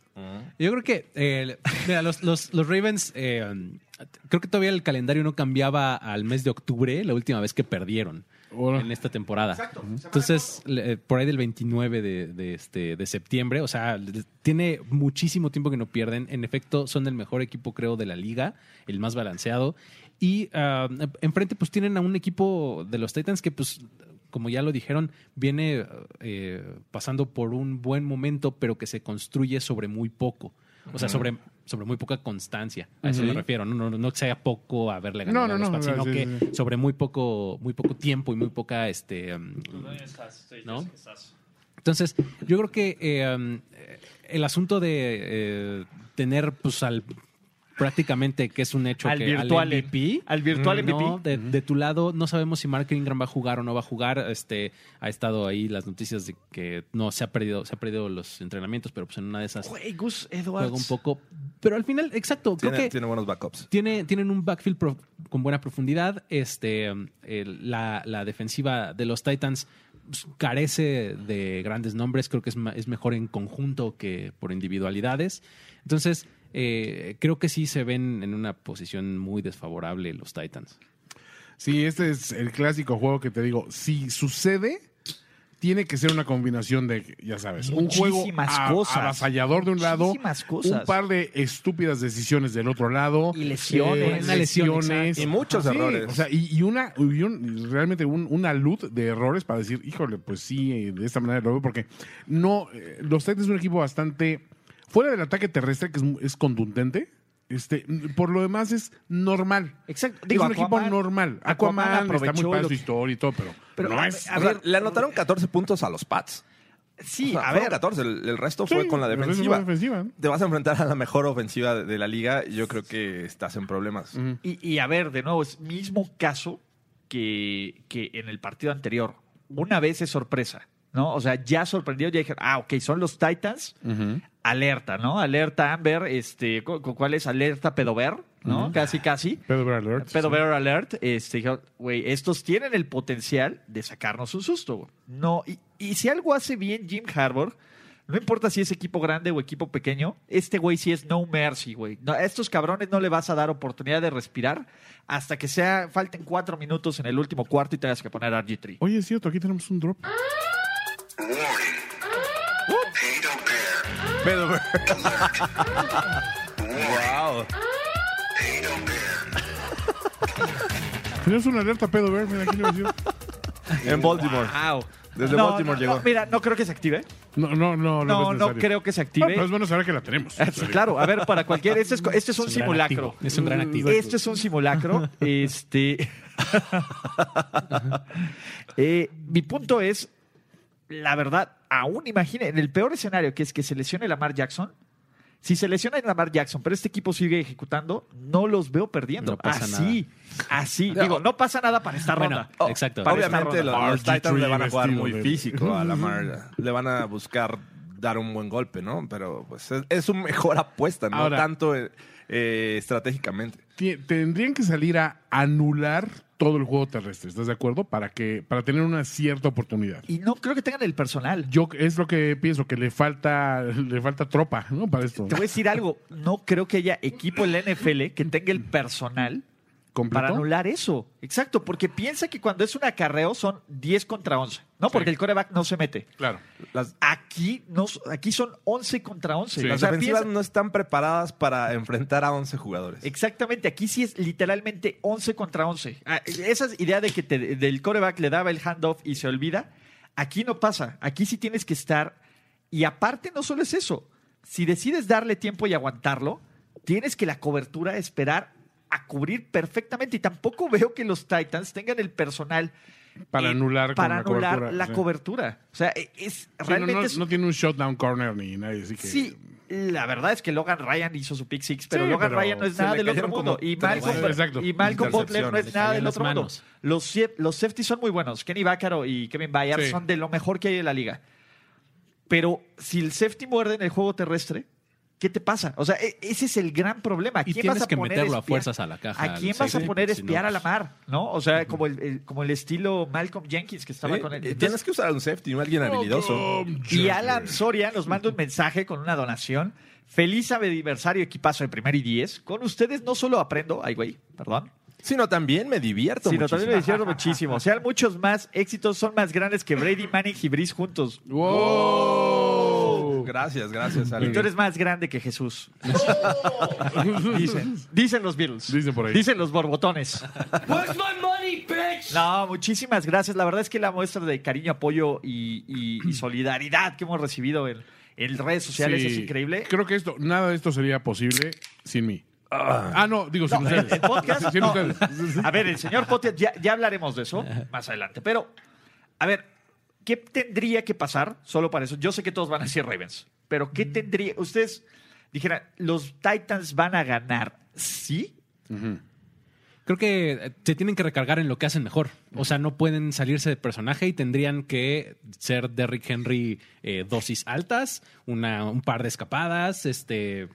Yo creo que eh, mira, los, los- los Ravens, eh, um, creo que todavía el calendario no cambiaba al mes de octubre, la última vez que perdieron
Ahora.
en esta temporada. Entonces, le- eh, por ahí del 29 de, de este, de septiembre, o sea, le- tiene muchísimo tiempo que no pierden. En efecto, son el mejor equipo, creo, de la liga, el más balanceado. Y ah, enfrente, pues tienen a un equipo de los Titans que, pues, como ya lo dijeron, viene eh, pasando por un buen momento, pero que se construye sobre muy poco. O sea, sobre, sobre muy poca constancia. A eso me refiero. No, no, no que sea poco haberle ganado
No, no,
a los
no,
Pats, sino
sí,
que
sí, sí.
sobre muy poco, muy poco tiempo y muy poca este um, ¿no? Entonces, yo creo que eh, um, eh, el asunto de eh, tener pues al prácticamente que es un hecho
Al
que
virtual eh,
al MVP,
al virtual
Mm,
MVP.
no, de, de tu lado no sabemos si Mark Ingram va a jugar o no va a jugar. Este ha estado ahí las noticias de que no se ha perdido, se ha perdido los entrenamientos, pero pues en una de esas
Güey, Gus Edwards.
juega un poco. Pero al final, exacto,
Tiene,
creo que
tiene buenos backups.
tiene, tienen un backfield pro- con buena profundidad. Este, um, el- la, la defensiva de los Titans pues, carece de grandes nombres. Creo que es, ma- es mejor en conjunto que por individualidades. Entonces, eh, creo que sí se ven en una posición muy desfavorable los Titans.
Sí, este es el clásico juego que te digo. Si sucede, tiene que ser una combinación de, ya sabes, un juego
Muchísimas
a-
cosas.
avasallador de un lado,
Muchísimas cosas.
un par de estúpidas decisiones del otro lado.
Y lesiones.
Una lesión, exacto.
Y muchos errores.
O sea, y, y una, y un- realmente un- una luz de errores para decir, híjole, pues sí, eh, de esta manera lo veo, porque no, eh, los Titans es un equipo bastante, fuera del ataque terrestre, que es, mu- es contundente, este, por lo demás es normal.
Exacto.
es un equipo
Aquaman-
normal.
Aquaman
Aquaman, está
aprovechó
muy padre
lo
su
que-
historia y todo, pero,
Pero,
no
a-
es.
a
O sea,
ver, eh,
le anotaron 14 puntos a los Pats.
sí,
O sea,
a
fueron
ver.
14, el, el resto
Sí,
fue con la
pero eso es
defensiva.
una defensiva, ¿no?
Te vas a enfrentar a la mejor ofensiva de, de la liga. y Yo creo que estás en problemas.
Y, y a ver, de nuevo, es mismo caso que, que en el partido anterior. Una vez es sorpresa, ¿no? O sea, ya sorprendió, ya dijeron, ah, ok, son los Titans. Alerta, ¿no? Alerta Amber, este, cu- cu- ¿cuál es? Alerta Pedover, ¿no? Casi, casi.
Pero, pero, alert,
Pedo
sí.
Bear Alert, este, dijeron, güey, estos tienen el potencial de sacarnos un susto, güey. No, y, y si algo hace bien Jim Harbour, no importa si es equipo grande o equipo pequeño, este güey sí es no mercy, güey. No, a estos cabrones no le vas a dar oportunidad de respirar hasta que sea falten cuatro minutos en el último cuarto y tengas que poner RG3.
Oye, es cierto, aquí tenemos un drop.
Warning. Hato Bear.
Pero- wow.
Hato Bear.
Tenemos una alerta pedo, ver, mira, aquí lo decía.
En Baltimore. Desde
No,
Baltimore
no,
llegó.
no, mira, no creo que se active.
No, no,
No,
no, no. es
no
necesario.
creo que se
No,
active.
pero es bueno saber que la tenemos.
[LAUGHS] Claro, a ver, para cualquier. Este es, este es un,
Es un gran
simulacro.
activo, es un gran activo.
Este es un simulacro. Este. [LAUGHS] Eh, mi punto es: la verdad, aún imagina, en el peor escenario, que es que se lesione Lamar Jackson. Si se lesiona Lamar Jackson, pero este equipo sigue ejecutando, no los veo perdiendo.
No pasa
así, así. Digo, no pasa nada para esta
Bueno,
ronda.
oh, exacto.
para esta
Obviamente
ronda.
los, los
RG3
Titans le van a jugar
vestido
muy
de-
físico a Lamar. Le van a buscar dar un buen golpe, ¿no? Pero pues es, es su mejor [LAUGHS] apuesta, no
Ahora-
tanto eh, eh, estratégicamente.
Ti- Tendrían que salir a anular todo el juego terrestre, ¿estás de acuerdo? Para que para tener una cierta oportunidad.
Y no creo que tengan el personal.
Yo es lo que pienso que le falta le falta tropa, ¿no? Para esto.
Te voy a decir algo. No creo que haya equipo en la NFL que tenga el personal
¿Completo?
para anular eso. Exacto, porque piensa que cuando es un acarreo son 10 contra 11, ¿no? Porque el coreback no se mete.
Claro.
Las,
Aquí, no, s- aquí son 11 contra 11.
Sí.
O
las
sea,
defensivas
piensa-
no están preparadas para enfrentar a 11 jugadores.
Exactamente, aquí sí es literalmente 11 contra 11. Ah, Esa es idea de que te- del coreback le daba el handoff y se olvida, aquí no pasa. Aquí sí tienes que estar. Y aparte, no solo es eso. Si decides darle tiempo y aguantarlo, tienes que la cobertura esperar a cubrir perfectamente. Y tampoco veo que los Titans tengan el personal
Para
eh,
anular con
para
la
anular
cobertura,
la
sí.
cobertura. O sea, e- es
Sí,
realmente.
no, no-
es-
no tiene un shutdown corner ni nadie, así que
Sí, la verdad es que Logan Ryan hizo su pick six, pero
Sí,
Logan
pero
Ryan no es
se
nada
le
del otro
cayeron
mundo.
como
Y
tres
Malcolm,
veces. Exacto.
y Malcolm Butler no es
Intercepciones,
nada
le
del
caían
otro
las
mundo.
manos.
Los, sie- los safeties son muy buenos. Kenny Vaccaro y Kevin Bayard
Sí.
son de lo mejor que hay en la liga. Pero si el safety muerde en el juego terrestre, ¿Qué te pasa? O sea, e- ese es el gran problema. ¿A
Y
quién
tienes
vas a
que
poner
meterlo a
espiar?
fuerzas a la caja,
¿A
al
quién vas a
safe?
poner
Porque si no,
espiar a la
pues-
mar? ¿No? O sea, como el, el- como el estilo Malcolm Jenkins que estaba
Eh,
con él.
eh,
Entonces,
Tienes que usar un safety, ¿no? alguien habilidoso.
y Alan Soria nos manda un mensaje con una donación. Feliz aniversario, equipazo de primero y diez. Con ustedes no solo aprendo, ay güey, perdón,
Sino también me divierto
sino
muchísimo.
también lo hicieron muchísimo. Sean muchos más éxitos, son más grandes que Brady, Manning y Breeze juntos.
¡Oh!
Uh, Gracias, gracias,
Y
Alex.
tú eres más grande que Jesús. Oh.
[LAUGHS]
Dicen, dicen los Beatles.
Dicen por ahí.
Dicen los borbotones. No, muchísimas gracias. La verdad es que la muestra de cariño, apoyo y, y- y solidaridad que hemos recibido en, en redes sociales
Sí.
es increíble.
Creo que esto, nada de esto sería posible sin mí. Ah, no, digo, sin
No,
ustedes.
el podcast,
Sin
no.
ustedes.
[LAUGHS] A ver, el señor Potter, ya, ya hablaremos de eso más adelante. Pero, a ver, ¿qué tendría que pasar solo para eso? Yo sé que todos van a decir Ravens, pero
Mm.
¿qué tendría? Ustedes dijeran, los Titans van a ganar, ¿sí?
Creo que eh, se tienen que recargar en lo que hacen mejor. O sea, no pueden salirse de personaje y tendrían que ser Derrick Henry eh, dosis altas, una, un par de escapadas, este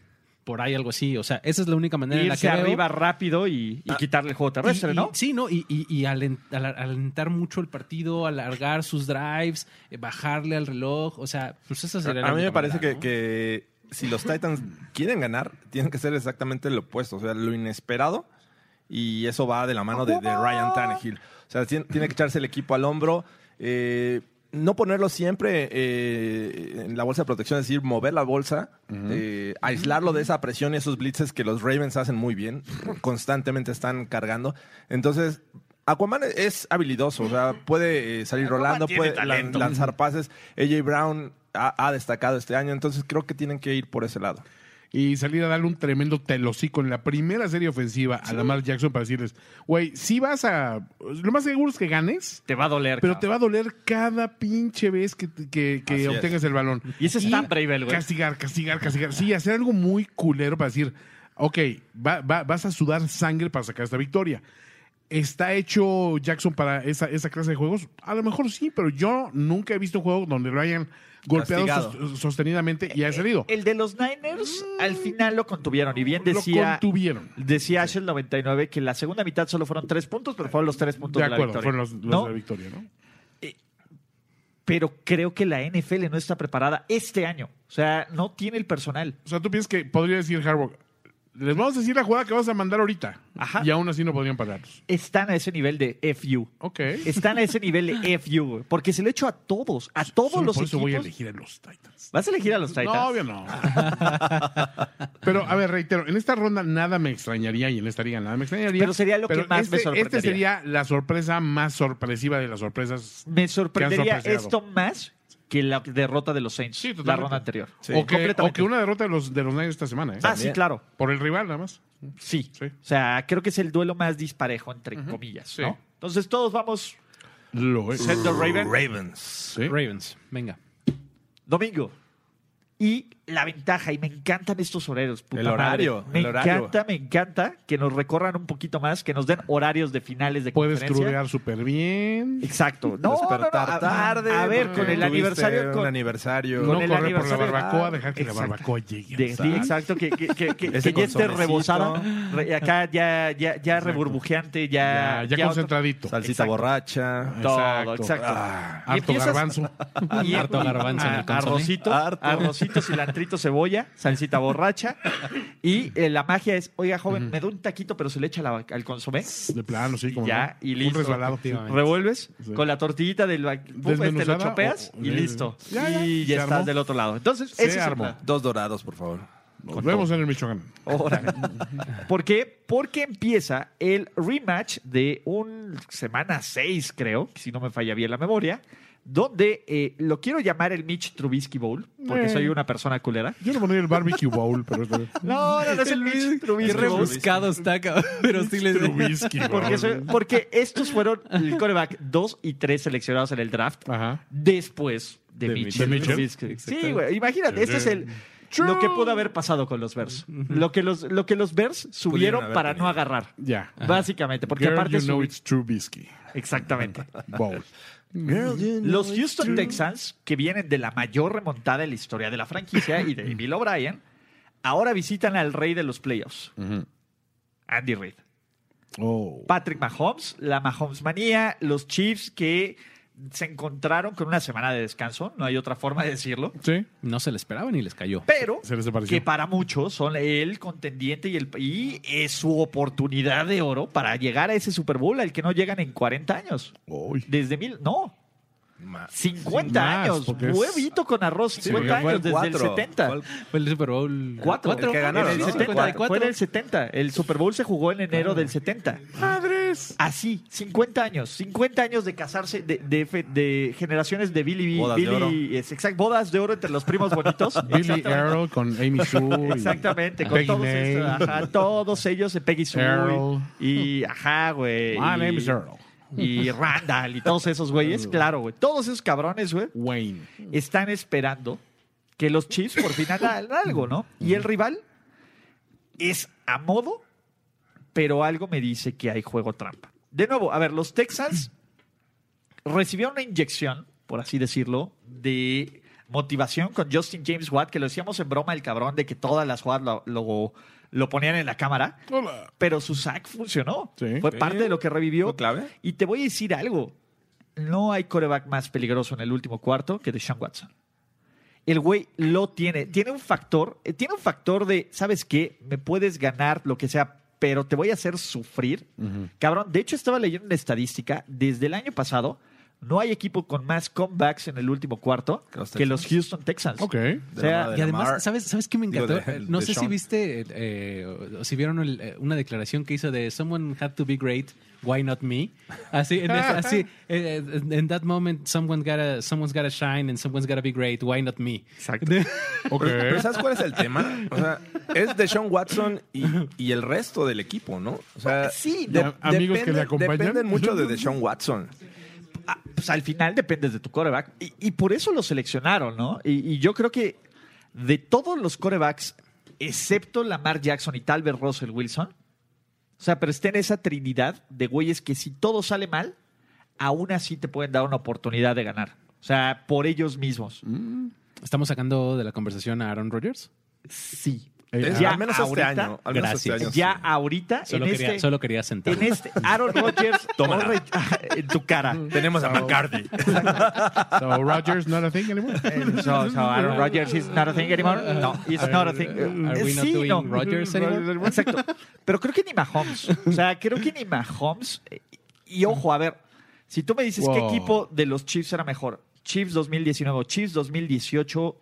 por ahí algo así. O sea, esa es la única
Eh,
manera en la
Irse
que veo.
arriba rápido y,
Ah.
y quitarle el juego terrestre,
Y- y-
¿no?
sí, ¿no? Y, y- y alen- al- alentar mucho el partido, alargar sus drives, eh, bajarle al reloj. O sea, pues esa sería la
A mí me
única
parece
manera,
que,
¿no?
que si los Titans quieren ganar, tienen que ser exactamente lo opuesto, o sea, lo inesperado. Y eso va de la mano de, de Ryan Tannehill. O sea, tien- tiene que echarse el equipo al hombro. eh, no ponerlo siempre eh, en la bolsa de protección, es decir, mover la bolsa, eh, aislarlo de esa presión y esos blitzes que los Ravens hacen muy bien, constantemente están cargando. Entonces, Aquaman es habilidoso, o sea, puede eh, salir rolando,
tiene
puede lan-
talento.
lanzar pases. AJ Brown ha, ha destacado este año, entonces creo que tienen que ir por ese lado.
Y salir a darle un tremendo telocico en la primera serie ofensiva a Lamar Jackson para decirles, güey, si vas a. Lo más seguro es que ganes,
Te va a doler.
pero
cabrón.
te va a doler cada pinche vez que, que- que
Así es.
obtengas el balón.
Y ese es tan brave, el güey.
Castigar, castigar, castigar. Sí, hacer algo muy culero para decir, ok, va- va- vas a sudar sangre para sacar esta victoria. ¿Está hecho Jackson para esa, esa clase de juegos? A lo mejor sí, pero yo nunca he visto un juego donde lo hayan golpeado
Castigado. Eh,
sos- sostenidamente y haya salido.
El de los Niners Mm. al final lo contuvieron. Y bien
eh,
Lo
decía,
contuvieron.
decía Ash el 99 que la segunda mitad solo fueron tres puntos, pero fueron los tres puntos
De
de,
acuerdo,
la victoria.
fueron los, los
¿no?
de la victoria, ¿no?
Pero creo que la NFL no está preparada este año. O sea, no tiene el personal.
O sea, tú piensas que podría decir Harbaugh, les vamos a decir la jugada que vas a mandar ahorita.
Ajá.
Y aún así no podrían pararlos.
Están a ese nivel de FU.
Ok.
Están a ese nivel de FU, güey, porque se lo he hecho a todos, a todos
Solo
los
por eso
equipos.
voy a elegir a los Titans.
¿Vas a elegir a los Titans?
No, obvio no. [LAUGHS] pero, a ver, reitero, en esta ronda nada me extrañaría y en esta liga nada me extrañaría.
Pero sería lo que más me
este-
sorprendería.
Este sería la sorpresa más sorpresiva de las sorpresas.
Me
Que
sorprendería
han sorpreciado.
esto más que la derrota de los Saints,
Sí,
la
totalmente.
ronda anterior.
o, que, o
Completamente.
que una derrota de los, de los Niners esta semana, ¿eh?
Ah, sí, claro.
Por el rival, nada más.
Sí.
Sí.
O sea, creo que es el duelo más disparejo, entre comillas,
Sí.
¿no? Entonces todos vamos.
Lo es.
Sendo Raven,
Ravens.
Sí.
Ravens, venga.
domingo. Y la ventaja, y me encantan estos horarios. puta
El
madre.
horario,
Me
el horario.
encanta, me encanta que nos recorran un poquito más, que nos den horarios de finales de
Puedes
conferencia.
crudear súper bien.
Exacto. No, no, no,
Despertar
a-
tarde.
A ver,
porque
con el
tuviste
aniversario.
Un
Con,
aniversario.
No
con el
correr por la
aniversario.
barbacoa, dejar que la
Exacto.
barbacoa llegue.
de- sí, exacto, que, que, que, que-
Ese
que ya esté
consomecito.
rebosada, re- acá ya, ya, ya reburbujeante, Ah, ya.
Ya, ya
otro-
concentradito.
Salsita
Exacto.
borracha.
Todo,
Exacto. Ah,
exacto.
Ah,
Y
Harto
empiezas- [LAUGHS]
garbanzo.
Y-
Harto garbanzo en el
a-
consomé.
Arrocito,
Ah,
Harto.
arrocito, cilantrito, cebolla, salsita borracha. Y eh, la magia es, oiga, joven, me da un taquito, pero se le echa la- al consomé.
De plano, sí, como
Ya,
no.
y listo.
Un resbalado.
Revuelves
Sí.
con la tortillita del ba- pum, te lo
Desmenuzada
chopeas
o- o-
y listo.
Ya, ya,
y
se
ya estás
armó.
del otro lado. Entonces,
Se
ese es el
armó.
plan.
Dos dorados, por favor.
Nos vemos en el Michoacán.
Órale. ¿Por qué? Porque empieza el rematch de un semana 6, creo, si no me falla bien la memoria, donde eh, lo quiero llamar el Mitch Trubisky Bowl, porque
Eh.
soy una persona culera.
Yo le pondría el barbecue bowl, pero es
No, no, no es el Mitch
Qué
Trubisky Bowl.
rebuscado está, cabrón. Pero sí les [LAUGHS]
Trubisky bowl.
Porque, soy- porque estos fueron el coreback 2 y 3 seleccionados en el draft
Ajá.
después de,
De
Mitch.
Mitch. De Mitchell.
Trubisky. Sí, güey, imagínate, este es el...
True.
Lo que pudo haber pasado con los Bears. Lo que los, lo que los Bears
Pudieron
subieron
haber
para
tenido.
no agarrar.
Ya.
Básicamente, porque
Girl,
aparte
you know
subi-
it's Trubisky
Exactamente.
bowl.
[LAUGHS] Los
[LAUGHS]
Houston Texans, que vienen de la mayor remontada en la historia de la franquicia y de Bill O'Brien, Ahora visitan al rey de los playoffs, Andy Reid.
Oh.
Patrick Mahomes, la Mahomes manía, los Chiefs que se encontraron con una semana de descanso, no hay otra forma de decirlo,
Sí.
No se le esperaba ni les cayó.
pero
Se les apareció.
que para muchos son el contendiente y, el, y es su oportunidad de oro para llegar a ese Super Bowl al que no llegan en 40 años.
Uy.
Desde mil, no,
Ma-
50
Más,
años,
porque es-
huevito con arroz, 50
porque fue
años,
el
desde el
cuatro.
70.
Fue el
Fue el Super Bowl
Cuatro.
cuatro.
El que ganaron,
en el
¿no?
70,
Cuatro.
Fue en el 70. El Super Bowl se jugó en enero del 70.
Madres.
Así, 50 años. 50 años de casarse, de, de, fe- de generaciones de Billy.
Bodas de
Billy es, exact- bodas de oro entre los primos bonitos.
Billy
Exactamente.
Earl con Amy Schumer.
Exactamente, con
Peggy
todos,
May.
estos, ajá, todos ellos, de Peggy Sue
Earl.
y ajá, güey.
My
y-
name is Earl.
Y Randall y todos esos
[LAUGHS]
güeyes, claro, güey. Todos esos cabrones, güey,
Wayne.
están esperando que los Chiefs por fin hagan algo, ¿no? Y el rival es a modo, pero algo me dice que hay juego trampa. De nuevo, a ver, los Texans recibieron una inyección, por así decirlo, de motivación con Justin James Watt, que lo decíamos en broma el cabrón de que todas las jugadas lo, lo- lo ponían en la cámara,
Hola.
pero su sack funcionó.
Sí.
Fue parte de lo que revivió.
¿Fue clave?
Y te voy a decir algo. No hay coreback más peligroso en el último cuarto que Deshaun Watson. El güey lo tiene. Tiene un factor. eh, Tiene un factor de, ¿sabes qué? Me puedes ganar lo que sea, pero te voy a hacer sufrir. Cabrón, de hecho estaba leyendo una estadística. Desde el año pasado, no hay equipo con más comebacks en el último cuarto
Que los
que los Houston Texans.
Ok.
O sea,
De
Y
Lamar.
además, ¿sabes, ¿sabes qué me
Digo,
encantó? Eh,
de-
no
de
sé si
Sean.
viste eh, eh, o- o si vieron el, eh, una declaración que hizo de Someone had to be great, why not me? Así, en ese- así, eh, eh, in that moment, someone gotta, someone's gotta shine and someone's gotta be great, why not me?
Exacto. [LAUGHS]
Ok.
Pero, pero ¿sabes cuál es el tema? O sea, es de Sean Watson y, y el resto del equipo, ¿no? O sea,
Sí,
de-
am- amigos que le acompañan.
Dependen mucho de Deshaun Watson.
Ah, pues al final dependes de tu coreback. Y, y por eso lo seleccionaron, ¿no? Y, y yo creo que de todos los corebacks, excepto Lamar Jackson y tal vez Russell Wilson, o sea, pero está en esa trinidad de güeyes que si todo sale mal, aún así te pueden dar una oportunidad de ganar. O sea, por ellos mismos.
¿Estamos sacando de la conversación a Aaron Rodgers?
Sí.
Es-
Ya
Eh, al menos
ahorita-
este año. Al menos
Gracias.
este año.
Ya
sí.
ahorita,
Solo,
en,
quería,
este,
solo quería sentarlo.
en este, Aaron Rodgers, corre- [LAUGHS] en tu cara.
Tenemos a McCarthy.
So Rogers not a thing anymore.
Eh, So,
[LAUGHS]
so Aaron Rodgers is not a thing anymore. No, it's not a thing.
Uh,
Uh,
Are we not
Sí,
doing
no.
Rodgers anymore?
Exacto. Pero creo que ni Mahomes. O sea, creo que ni Mahomes. eh, Y ojo, a ver, si tú me dices qué
Wow.
equipo de los Chiefs era mejor, Chiefs 2019 o Chiefs 2018,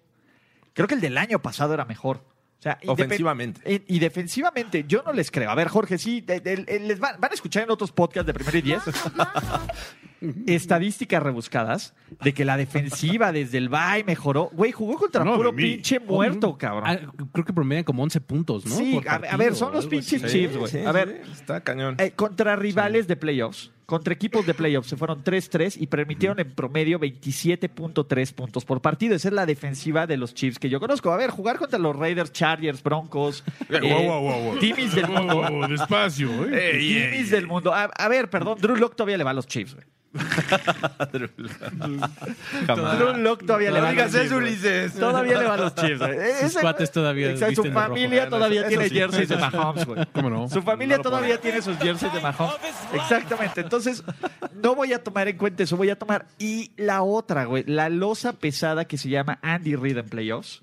creo que el del año pasado era mejor. O sea, independ-
Ofensivamente.
y- Y defensivamente, yo no les creo. A ver, Jorge, sí, de- de- de- les van, van a escuchar en otros podcasts de primero y diez estadísticas rebuscadas de que la defensiva desde el bye mejoró. Güey, jugó contra
No,
puro
de mí.
pinche muerto, cabrón.
Ah, creo que promedian como 11 puntos, ¿no?
Sí,
Por
a ver- a
partido
ver, son
o
los
algo así.
pinches Chiefs, güey. A ver.
sí, está cañón.
Eh, contra rivales de playoffs, contra equipos de playoffs, se fueron 3-3 y permitieron en promedio 27.3 puntos por partido. Esa es la defensiva de los Chiefs que yo conozco. A ver, jugar contra los Raiders, Chargers, Broncos, eh,
wow, wow, wow, wow.
timis del mundo.
Oh, despacio, ¿eh?
Ey, ey,
timis del mundo. A, a ver, perdón, Drew Lock todavía le va a los Chiefs, [LAUGHS] güey.
jamás.
Drew Lock todavía le va a los Chiefs. güey.
Ulises.
Todavía le va a los Chiefs. güey. Ese-
cuates todavía
Exacto, su
visten de rojo.
familia
Bueno,
todavía
eso-
tiene
eso sí.
jerseys de Mahomes, güey.
¿Cómo no?
Su familia todavía tiene sus jerseys de Mahomes. Exactamente. Entonces, no voy a tomar en cuenta eso. Voy a tomar. Y la otra, güey. La losa pesada que se llama Andy Reid en playoffs.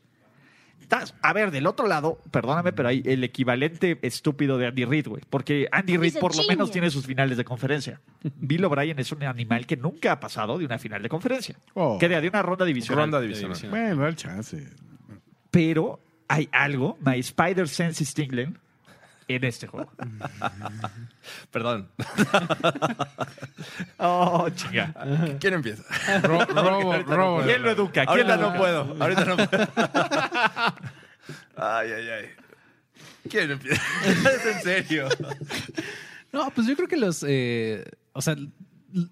Tas- A ver, del otro lado, perdóname, pero hay el equivalente estúpido de Andy Reid, güey. Porque Andy Reid
a
por lo menos
genius.
tiene sus finales de conferencia. Bill O'Brien es un animal que nunca ha pasado de una final de conferencia.
Oh.
Que de, de una ronda divisional.
Ronda
De
divisional.
división.
Bueno, da
[LAUGHS]
el chance.
Pero hay algo, my spider sense is tingling, en este juego.
Perdón. [LAUGHS]
Oh, chinga.
¿Quién empieza?
Ro- robo, robo.
¿Quién lo educa? ¿Quién
Ahorita
lo
no
educa?
puedo. Ahorita no [LAUGHS] puedo. Ay, ay, ay. ¿Quién [LAUGHS] empieza? es en serio.
No, pues yo creo que los. eh, o sea, l-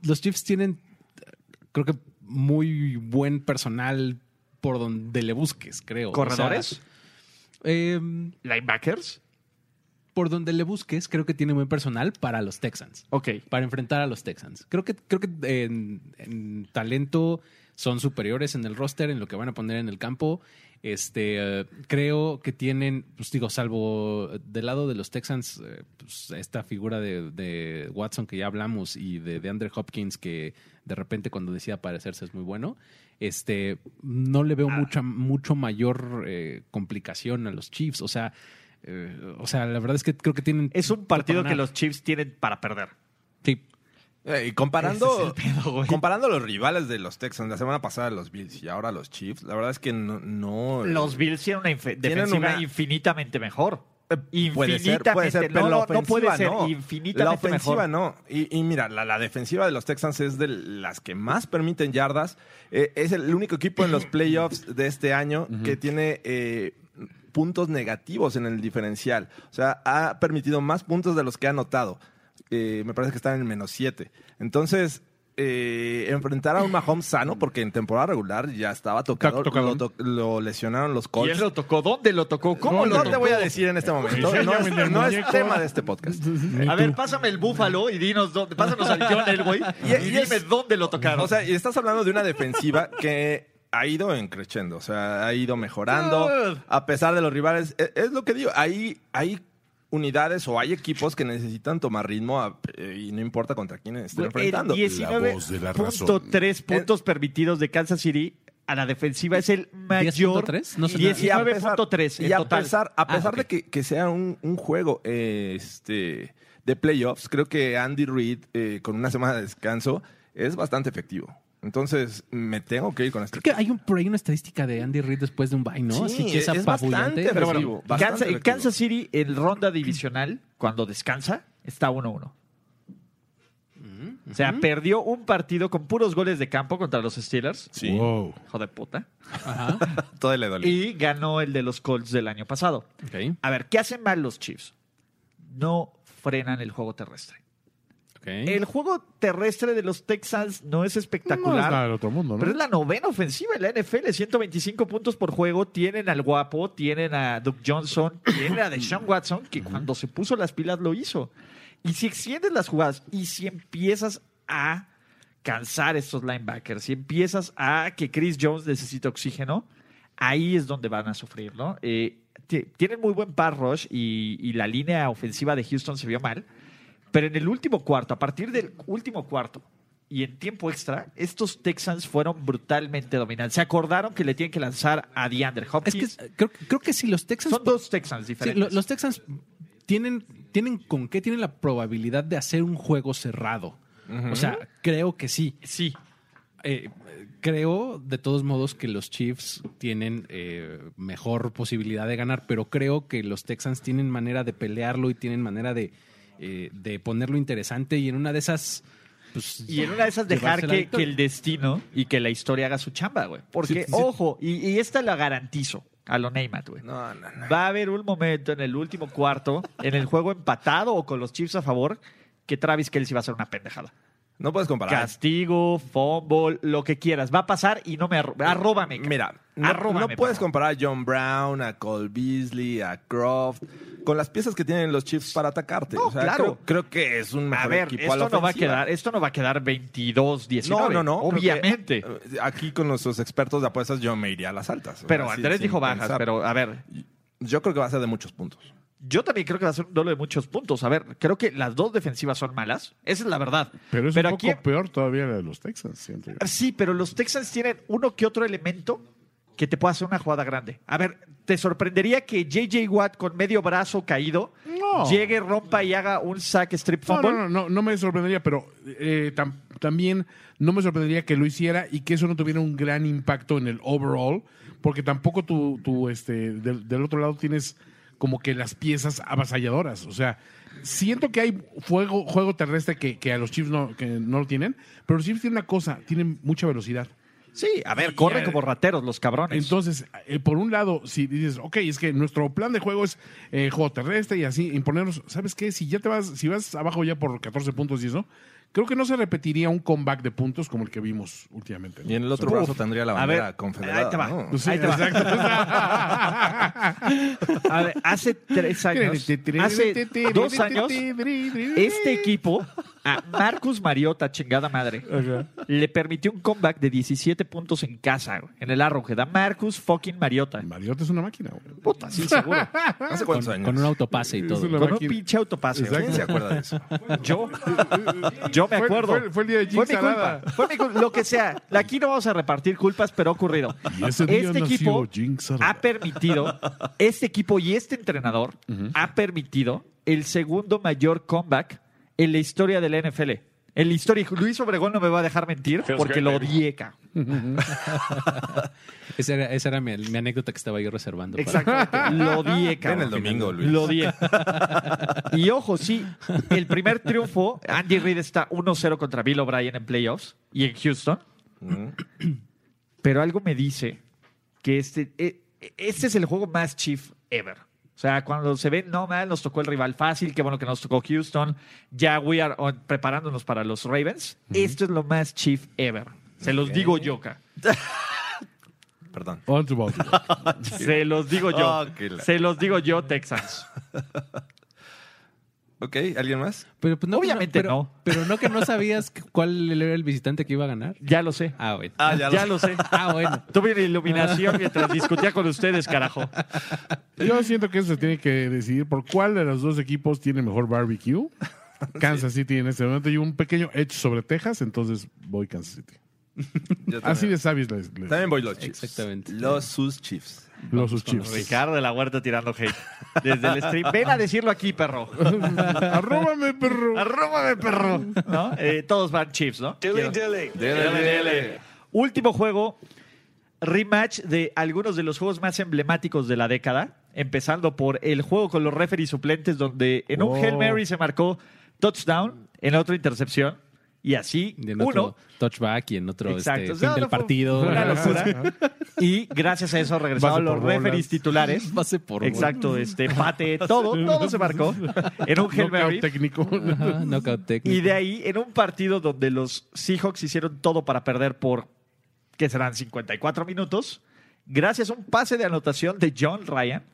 los Chiefs tienen. eh, Creo que muy buen personal por donde le busques, creo. O sea,
¿Corredores?
eh,
¿Linebackers?
por donde le busques, creo que tiene buen personal para los Texans.
Ok.
Para enfrentar a los Texans. Creo que, creo que eh, en, en talento son superiores en el roster, en lo que van a poner en el campo. Este, eh, creo que tienen, pues digo, salvo eh, del lado de los Texans, eh, pues, esta figura de, de Watson que ya hablamos y de, de Andre Hopkins que de repente cuando decide aparecerse es muy bueno. Este, no le veo mucha, mucho mayor eh, complicación a los Chiefs. O sea, eh, o sea, la verdad es que creo que tienen.
Es un
todo
partido
para
que
ganar.
los Chiefs tienen para perder.
Sí.
Eh, y comparando,
Ese es el pedo, güey.
comparando los rivales de los Texans, la semana pasada los Bills y ahora los Chiefs, la verdad es que no... no
Los Bills tienen una infe-
Tienen
defensiva
una-
infinitamente mejor.
Eh,
Infinitamente.
Puede ser, puede ser, pero
no,
la
no, no puede
ofensiva
ser.
no.
Infinitamente
La ofensiva
mejor.
no. Y, y mira, la, la defensiva de los Texans es de las que más permiten yardas. Eh, es el único
[LAUGHS]
equipo en los playoffs de este año que tiene eh, puntos negativos en el diferencial. O sea, ha permitido más puntos de los que ha anotado. Eh, me parece que están en menos 7. Entonces... eh, enfrentar a un Mahomes sano porque en temporada regular ya estaba tocado,
Está tocado.
Lo, to- lo lesionaron los
¿Y
Colts.
él lo tocó? ¿Dónde lo tocó? ¿Cómo
No,
lo
no
tocó?
te voy a decir en este momento.
Enséñame
No
el
es, no es
muñeco.
tema de este podcast.
A ver, pásame el búfalo y dinos dónde. Pásanos al John Elway y,
[LAUGHS] Y- y
dime
es-
dónde lo tocaron.
O sea, y estás hablando de una defensiva que ha ido encreciendo, o sea, ha ido mejorando a pesar de los rivales. E- Es, lo que digo, hay, hay unidades o hay equipos que necesitan tomar ritmo a- eh, y no importa contra quién estén enfrentando. Eh,
diez- La voz de la razón.
19.3 puntos permitidos de Kansas City a la defensiva es el mayor.
10.3? No sé.
Y a pesar-
19.3 en
Y a
total.
pesar, a
Ah,
pesar
ok.
de que, que sea un, un juego eh, este, de playoffs, creo que Andy Reid, eh, con una semana de descanso, es bastante efectivo. Entonces, me tengo que ir con este.
Creo que hay, un, por ahí una estadística de Andy Reid después de un bye, ¿no?
Sí,
Así que es,
es bastante
apabullante.
agresivo,
Pero bueno,
bastante
Kansas, en
agresivo.
Kansas City, en ronda divisional, cuando descansa, está 1-1. O sea, perdió un partido con puros goles de campo contra los Steelers.
Sí,
Wow.
Hijo de puta.
Ajá.
todo le dolió.
Y ganó el de los Colts del año pasado.
Ok.
A ver, ¿qué hacen mal los Chiefs? No frenan el juego terrestre.
ok.
El juego terrestre de los Texans no es espectacular.
No es nada del otro mundo, ¿no?
Pero es la novena ofensiva en la NFL, 125 puntos por juego. Tienen al guapo, tienen a Doug Johnson, tienen a Deshaun Watson, que cuando se puso las pilas lo hizo. Y si extiendes las jugadas y si empiezas a cansar estos linebackers, si empiezas a que Chris Jones necesita oxígeno, ahí es donde van a sufrir, ¿no? Eh, ti- tienen muy buen pass rush y, y la línea ofensiva de Houston se vio mal. Pero en el último cuarto, a partir del último cuarto y en tiempo extra, estos Texans fueron brutalmente dominantes. Se acordaron que le tienen que lanzar a DeAndre
es
Hopkins.
que eh, creo, creo que si los Texans
son dos Texans
Sí,
diferentes.
lo- los Texans tienen, tienen con qué tienen la probabilidad de hacer un juego cerrado. O sea, creo que sí.
Sí.
Eh, creo, de todos modos, que los Chiefs tienen eh, mejor posibilidad de ganar, pero creo que los Texans tienen manera de pelearlo y tienen manera de, eh, de ponerlo interesante y en una de esas... pues,
Y en una de esas dejar
llevarse la
que, que
victoria.
el destino y que la historia haga su chamba, güey. Porque,
Sí, sí.
ojo, y, y esta la garantizo a lo Neymar, güey.
No, no, no.
Va a haber un momento en el último cuarto, en el juego empatado o con los Chiefs a favor, que Travis Kelsey va a hacer una pendejada.
No puedes comparar.
Castigo, fumble, lo que quieras. Va a pasar y no me arro- arróbame. cabrón.
Mira, no,
Arróbame,
no puedes
cabrón.
comparar a John Brown, a Cole Beasley, a Croft, con las piezas que tienen los Chiefs para atacarte.
No,
O sea,
claro.
creo, creo que es un mejor
A ver,
equipo
esto
a la
no va a
ofensiva.
quedar, esto no va a quedar 22-19.
No, no, no. creo que,
Obviamente.
eh, aquí con nuestros expertos de apuestas yo me iría a las altas.
Pero
Así,
Andrés
sin
dijo bajas,
pensar.
pero a ver,
Yo creo que va a ser de muchos puntos.
yo también creo que va a ser un duelo de muchos puntos. A ver, creo que las dos defensivas son malas. Esa es la verdad.
Pero es un
aquí-
poco peor todavía la de los Texans, siento yo.
Sí, pero los Texans tienen uno que otro elemento que te puede hacer una jugada grande. A ver, ¿te sorprendería que JJ Watt con medio brazo caído
No.
llegue, rompa y haga un sack strip
No,
fumble?
no, no, no, no me sorprendería, pero eh, tam- también no me sorprendería que lo hiciera y que eso no tuviera un gran impacto en el overall, porque tampoco tú, tú, este, del, del otro lado tienes como que las piezas avasalladoras. O sea, siento que hay fuego, juego terrestre que, que a los Chiefs no, que no lo tienen, pero los Chiefs tienen una cosa, tienen mucha velocidad.
Sí, a ver, corren
Y,
como rateros los cabrones.
Entonces, eh, por un lado, si dices, ok, es que nuestro plan de juego es eh, juego terrestre y así, imponernos, ¿sabes qué? Si ya te vas, si vas abajo ya por 14 puntos y eso, creo que no se repetiría un comeback de puntos como el que vimos últimamente. ¿no?
Y en el otro
O sea,
brazo tendría la
a
bandera
ver,
confederada.
ahí te va.
¿no?
pues sí,
Ahí te va. [LAUGHS]
exacto.
A
[LAUGHS]
ver, hace tres años, hace dos años, este equipo Marcus Mariota, chingada madre, le permitió un comeback de 17 puntos en casa, güey, en el Arrowhead. A Marcus fucking Mariota.
Mariota es una máquina, güey.
Puta, sí, seguro.
¿Hace
Con,
cuántos años?
con un autopase y
Es
todo.
una-
Con un
máquina.
pinche autopase. güey.
¿Quién se acuerda de eso?
Yo, yo me
Fue-
acuerdo.
fue- fue el día de Jim
Fue mi
Salada.
culpa. Fue mi culpa. Lo que sea. Aquí no vamos a repartir culpas, pero ha ocurrido.
Y ese día
Este
nació
equipo
Jim Salada.
ha permitido, este equipo y este entrenador ha permitido el segundo mayor comeback en la historia de la NFL. En la historia, Luis Obregón no me va a dejar mentir porque lo odié, cabrón.
Esa era, esa era mi, mi anécdota que estaba yo reservando. para-
Exactamente. Lo odié,
Ven
cabrón.
el domingo, Luis.
Lo odié. [LAUGHS] Y ojo, sí, el primer triunfo, Andy Reid está 1-0 contra Bill O'Brien en playoffs y en Houston.
Mm.
Pero algo me dice que este, e- e- este es el juego más chief ever. O sea, cuando se ve, no mal, nos tocó el rival fácil, qué bueno que nos tocó Houston. Ya we are on- preparándonos para los Ravens. Esto es lo más chief ever. Se los digo yo, ca.
Perdón.
On to ball.
Se los digo yo.
Ah, qué la-
Se los digo yo, Texans.
Ok, ¿alguien más?
Pero, pues, no,
Obviamente
pero-
no.
Pero no que no sabías que- cuál era el visitante que iba a ganar.
Ya lo sé.
Ah, bueno.
[LAUGHS] Ah,
ya, lo sé.
Ah, bueno.
Tuve una iluminación mientras discutía con ustedes, carajo.
Yo siento que eso se tiene que decidir por cuál de los dos equipos tiene mejor barbecue. Kansas City en este momento y un pequeño edge sobre Texas, entonces voy Kansas City.
Yo
Así
también.
de sabios les, les-
También voy los Chiefs.
Exactamente.
Los sus Chiefs.
los sus chips.
Ricardo de la Huerta tirando hate. Desde el stream. Ven a decirlo aquí, perro.
[LAUGHS] Arróbame, perro.
Arróbame, perro. ¿No? Eh, todos van chips, ¿no? Quiero-
Dele, dele.
Último juego. Rematch de algunos de los juegos más emblemáticos de la década. Empezando por el juego con los referees suplentes, donde en un
Oh.
Hail Mary se marcó touchdown, en otro intercepción. Y así,
Y en
uno,
otro touchback y en otro
Exacto.
este,
O sea, no
fin del
fue-
partido.
fue una locura. y gracias a eso regresaron
Base
los
por bolas.
referees titulares.
Pase por gol.
Exacto, este empate, todo, todo se marcó en un Hail Mary. [LAUGHS]
Knockout técnico.
Ajá, knockout técnico.
Y de ahí, en un partido donde los Seahawks hicieron todo para perder por, que serán 54 minutos, gracias a un pase de anotación de John Ryan.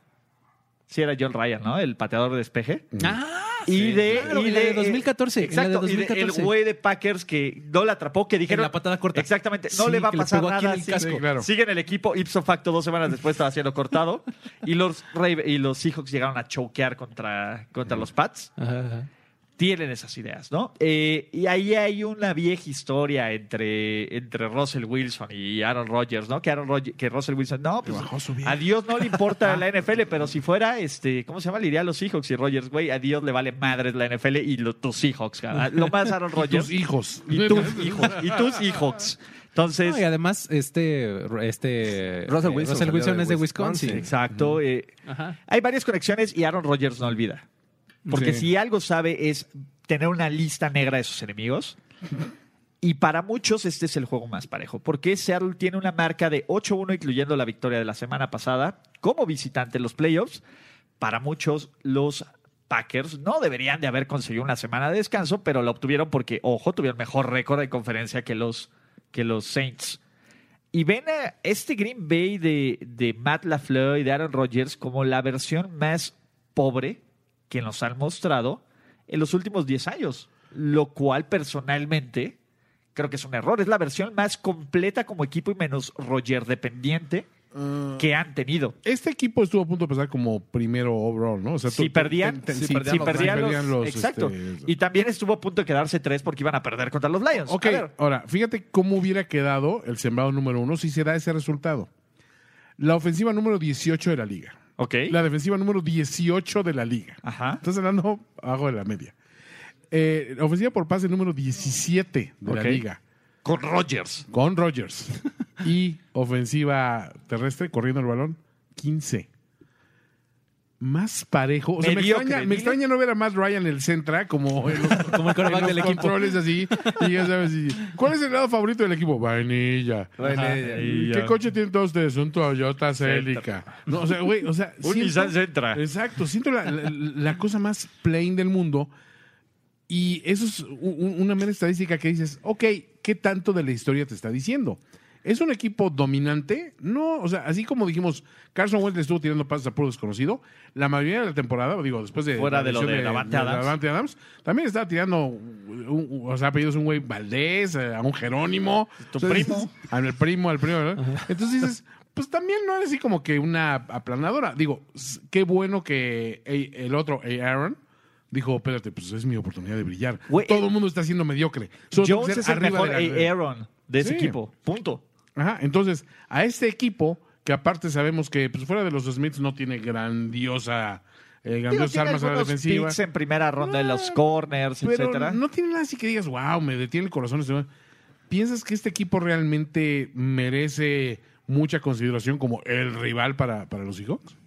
Sí, era John Ryan, ¿no? El pateador de despeje.
Ah,
Y de,
claro,
y
en la de 2014, en la de
Exacto, y de
2014.
el güey de Packers que no la atrapó, que dijeron.
la patada corta.
Exactamente, no
Sí,
le va a
que le
pasar
pegó aquí
nada.
en el
sí.
casco.
Sí, claro.
Sigue en el equipo, ipso facto, dos semanas después estaba siendo cortado. y, los Rave- y los Seahawks llegaron a choquear contra, contra los Pats.
Ajá, ajá.
Tienen esas ideas, ¿no? Eh, y ahí hay una vieja historia entre, entre Russell Wilson y Aaron Rodgers, ¿no? Que Aaron Rodge- que Russell Wilson, no, pues a Dios no le importa la NFL, pero si fuera, este, ¿cómo se llama? Le iría a los Seahawks y Rodgers, güey, a Dios le vale madres la NFL y lo- tus Seahawks, cara. lo más Aaron Rodgers
Tus hijos.
y tus hijos, y tus Seahawks. Entonces,
No, y además, este. este
Russell
eh,
Wilson salió de
es de Wisconsin.
Wisconsin.
exacto, eh,
Ajá.
hay varias conexiones y Aaron Rodgers no olvida. Porque
Sí.
si algo sabe es tener una lista negra de sus enemigos. Y para muchos este es el juego más parejo, porque Seattle tiene una marca de 8-1, incluyendo la victoria de la semana pasada, como visitante en los playoffs. Para muchos, los Packers no deberían de haber conseguido una semana de descanso, pero la obtuvieron porque, ojo, tuvieron mejor récord de conferencia que los, que los Saints. Y ven a este Green Bay de, de Matt LaFleur y de Aaron Rodgers como la versión más pobre que nos han mostrado en los últimos 10 años. Lo cual personalmente creo que es un error. Es la versión más completa como equipo y menos Roger dependiente que han tenido.
Este equipo estuvo a punto de pasar como primero overall, ¿no? O sea,
Si
tú-
perdían,
ten- ten-
si
sí,
perdían,
sí, sí,
los,
perdían los,
Exacto.
este,
Y también estuvo a punto de quedarse tres porque iban a perder contra los Lions.
Ok,
A ver,
ahora, fíjate cómo hubiera quedado el sembrado número uno si se da ese resultado. La ofensiva número 18 de la liga.
ok.
La defensiva número 18 de la liga.
Ajá.
Estás hablando abajo de la media. Eh, ofensiva por pase número 17 de
Ok.
la liga.
Con Rogers.
Con Rogers. y ofensiva terrestre corriendo el balón 15. Más parejo. O sea, me
Mediocre,
extraña,
dile.
me extraña no ver a Matt Ryan en el Centra como en los,
Como el quarterback
en
del
los
equipo.
controles así. Y ya sabes, y, ¿cuál es el lado favorito del equipo? Vainilla.
Dele.
¿Qué coche tienen todos ustedes? Un Toyota Celica. No, o sea, güey, o sea.
Un
siento-
Nissan Sentra.
Exacto, siento la, la- la cosa más plain del mundo. Y eso es u- u- una mera estadística que dices, ok, ¿qué tanto de la historia te está diciendo? Es un equipo dominante. No, o sea, así como dijimos, Carson Wentz le estuvo tirando pases a puro desconocido. La mayoría de la temporada, digo, después de.
Fuera
la
de lo
lesión
de Davante Adams.
Davante Adams, También estaba tirando. un- un- o sea, apellidos a un güey Valdés, eh, a un Jerónimo.
Tu
Entonces,
primo.
Al primo, al primo. ¿verdad? Entonces dices, pues también no es así como que una aplanadora. Digo, s- qué bueno que eh, el otro, eh, Aaron. Dijo, espérate, pues es mi oportunidad de brillar.
Güey,
Todo
eh,
el mundo está siendo mediocre. Solo tengo que
Jones
ser
es el
arriba
mejor eh,
de la-
Aaron de ese
Sí.
equipo. Punto.
Ajá, entonces, a este equipo, que aparte sabemos que pues, fuera de los Smiths no tiene grandiosa, eh,
Digo,
grandiosas
tiene
armas a la
algunos
defensiva.
picks eh, en primera ronda de los corners,
Pero
etcétera.
no tiene nada así que digas, wow, me detiene el corazón. este- ¿Piensas que este equipo realmente merece mucha consideración como el rival para, para los Seahawks?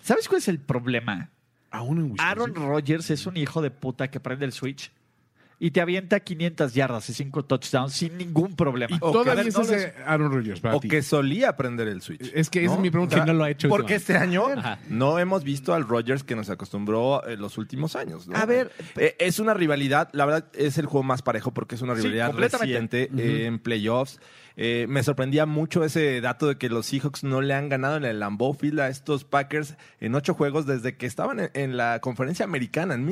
¿Sabes cuál es el problema?
Aún en Wisconsin.
Aaron Rodgers es un hijo de puta que prende el switch y te avienta 500 yardas y 5 touchdowns sin ningún problema.
Y
O que- a
todavía
ver,
es
no
ese
les-
Aaron Rodgers para
O
ti.
que solía aprender el Switch.
Es que esa es mi pregunta.
Que no lo ha hecho
Porque
últimamente.
este año
Ajá.
no hemos visto al Rogers que nos acostumbró en los últimos años. ¿no?
A ver,
Eh, es una rivalidad, la verdad es el juego más parejo porque es una rivalidad
completamente.
reciente eh, en playoffs. Eh, me sorprendía mucho ese dato de que los Seahawks no le han ganado en el Lambeau Field a estos Packers en ocho juegos desde que estaban en, en la conferencia americana en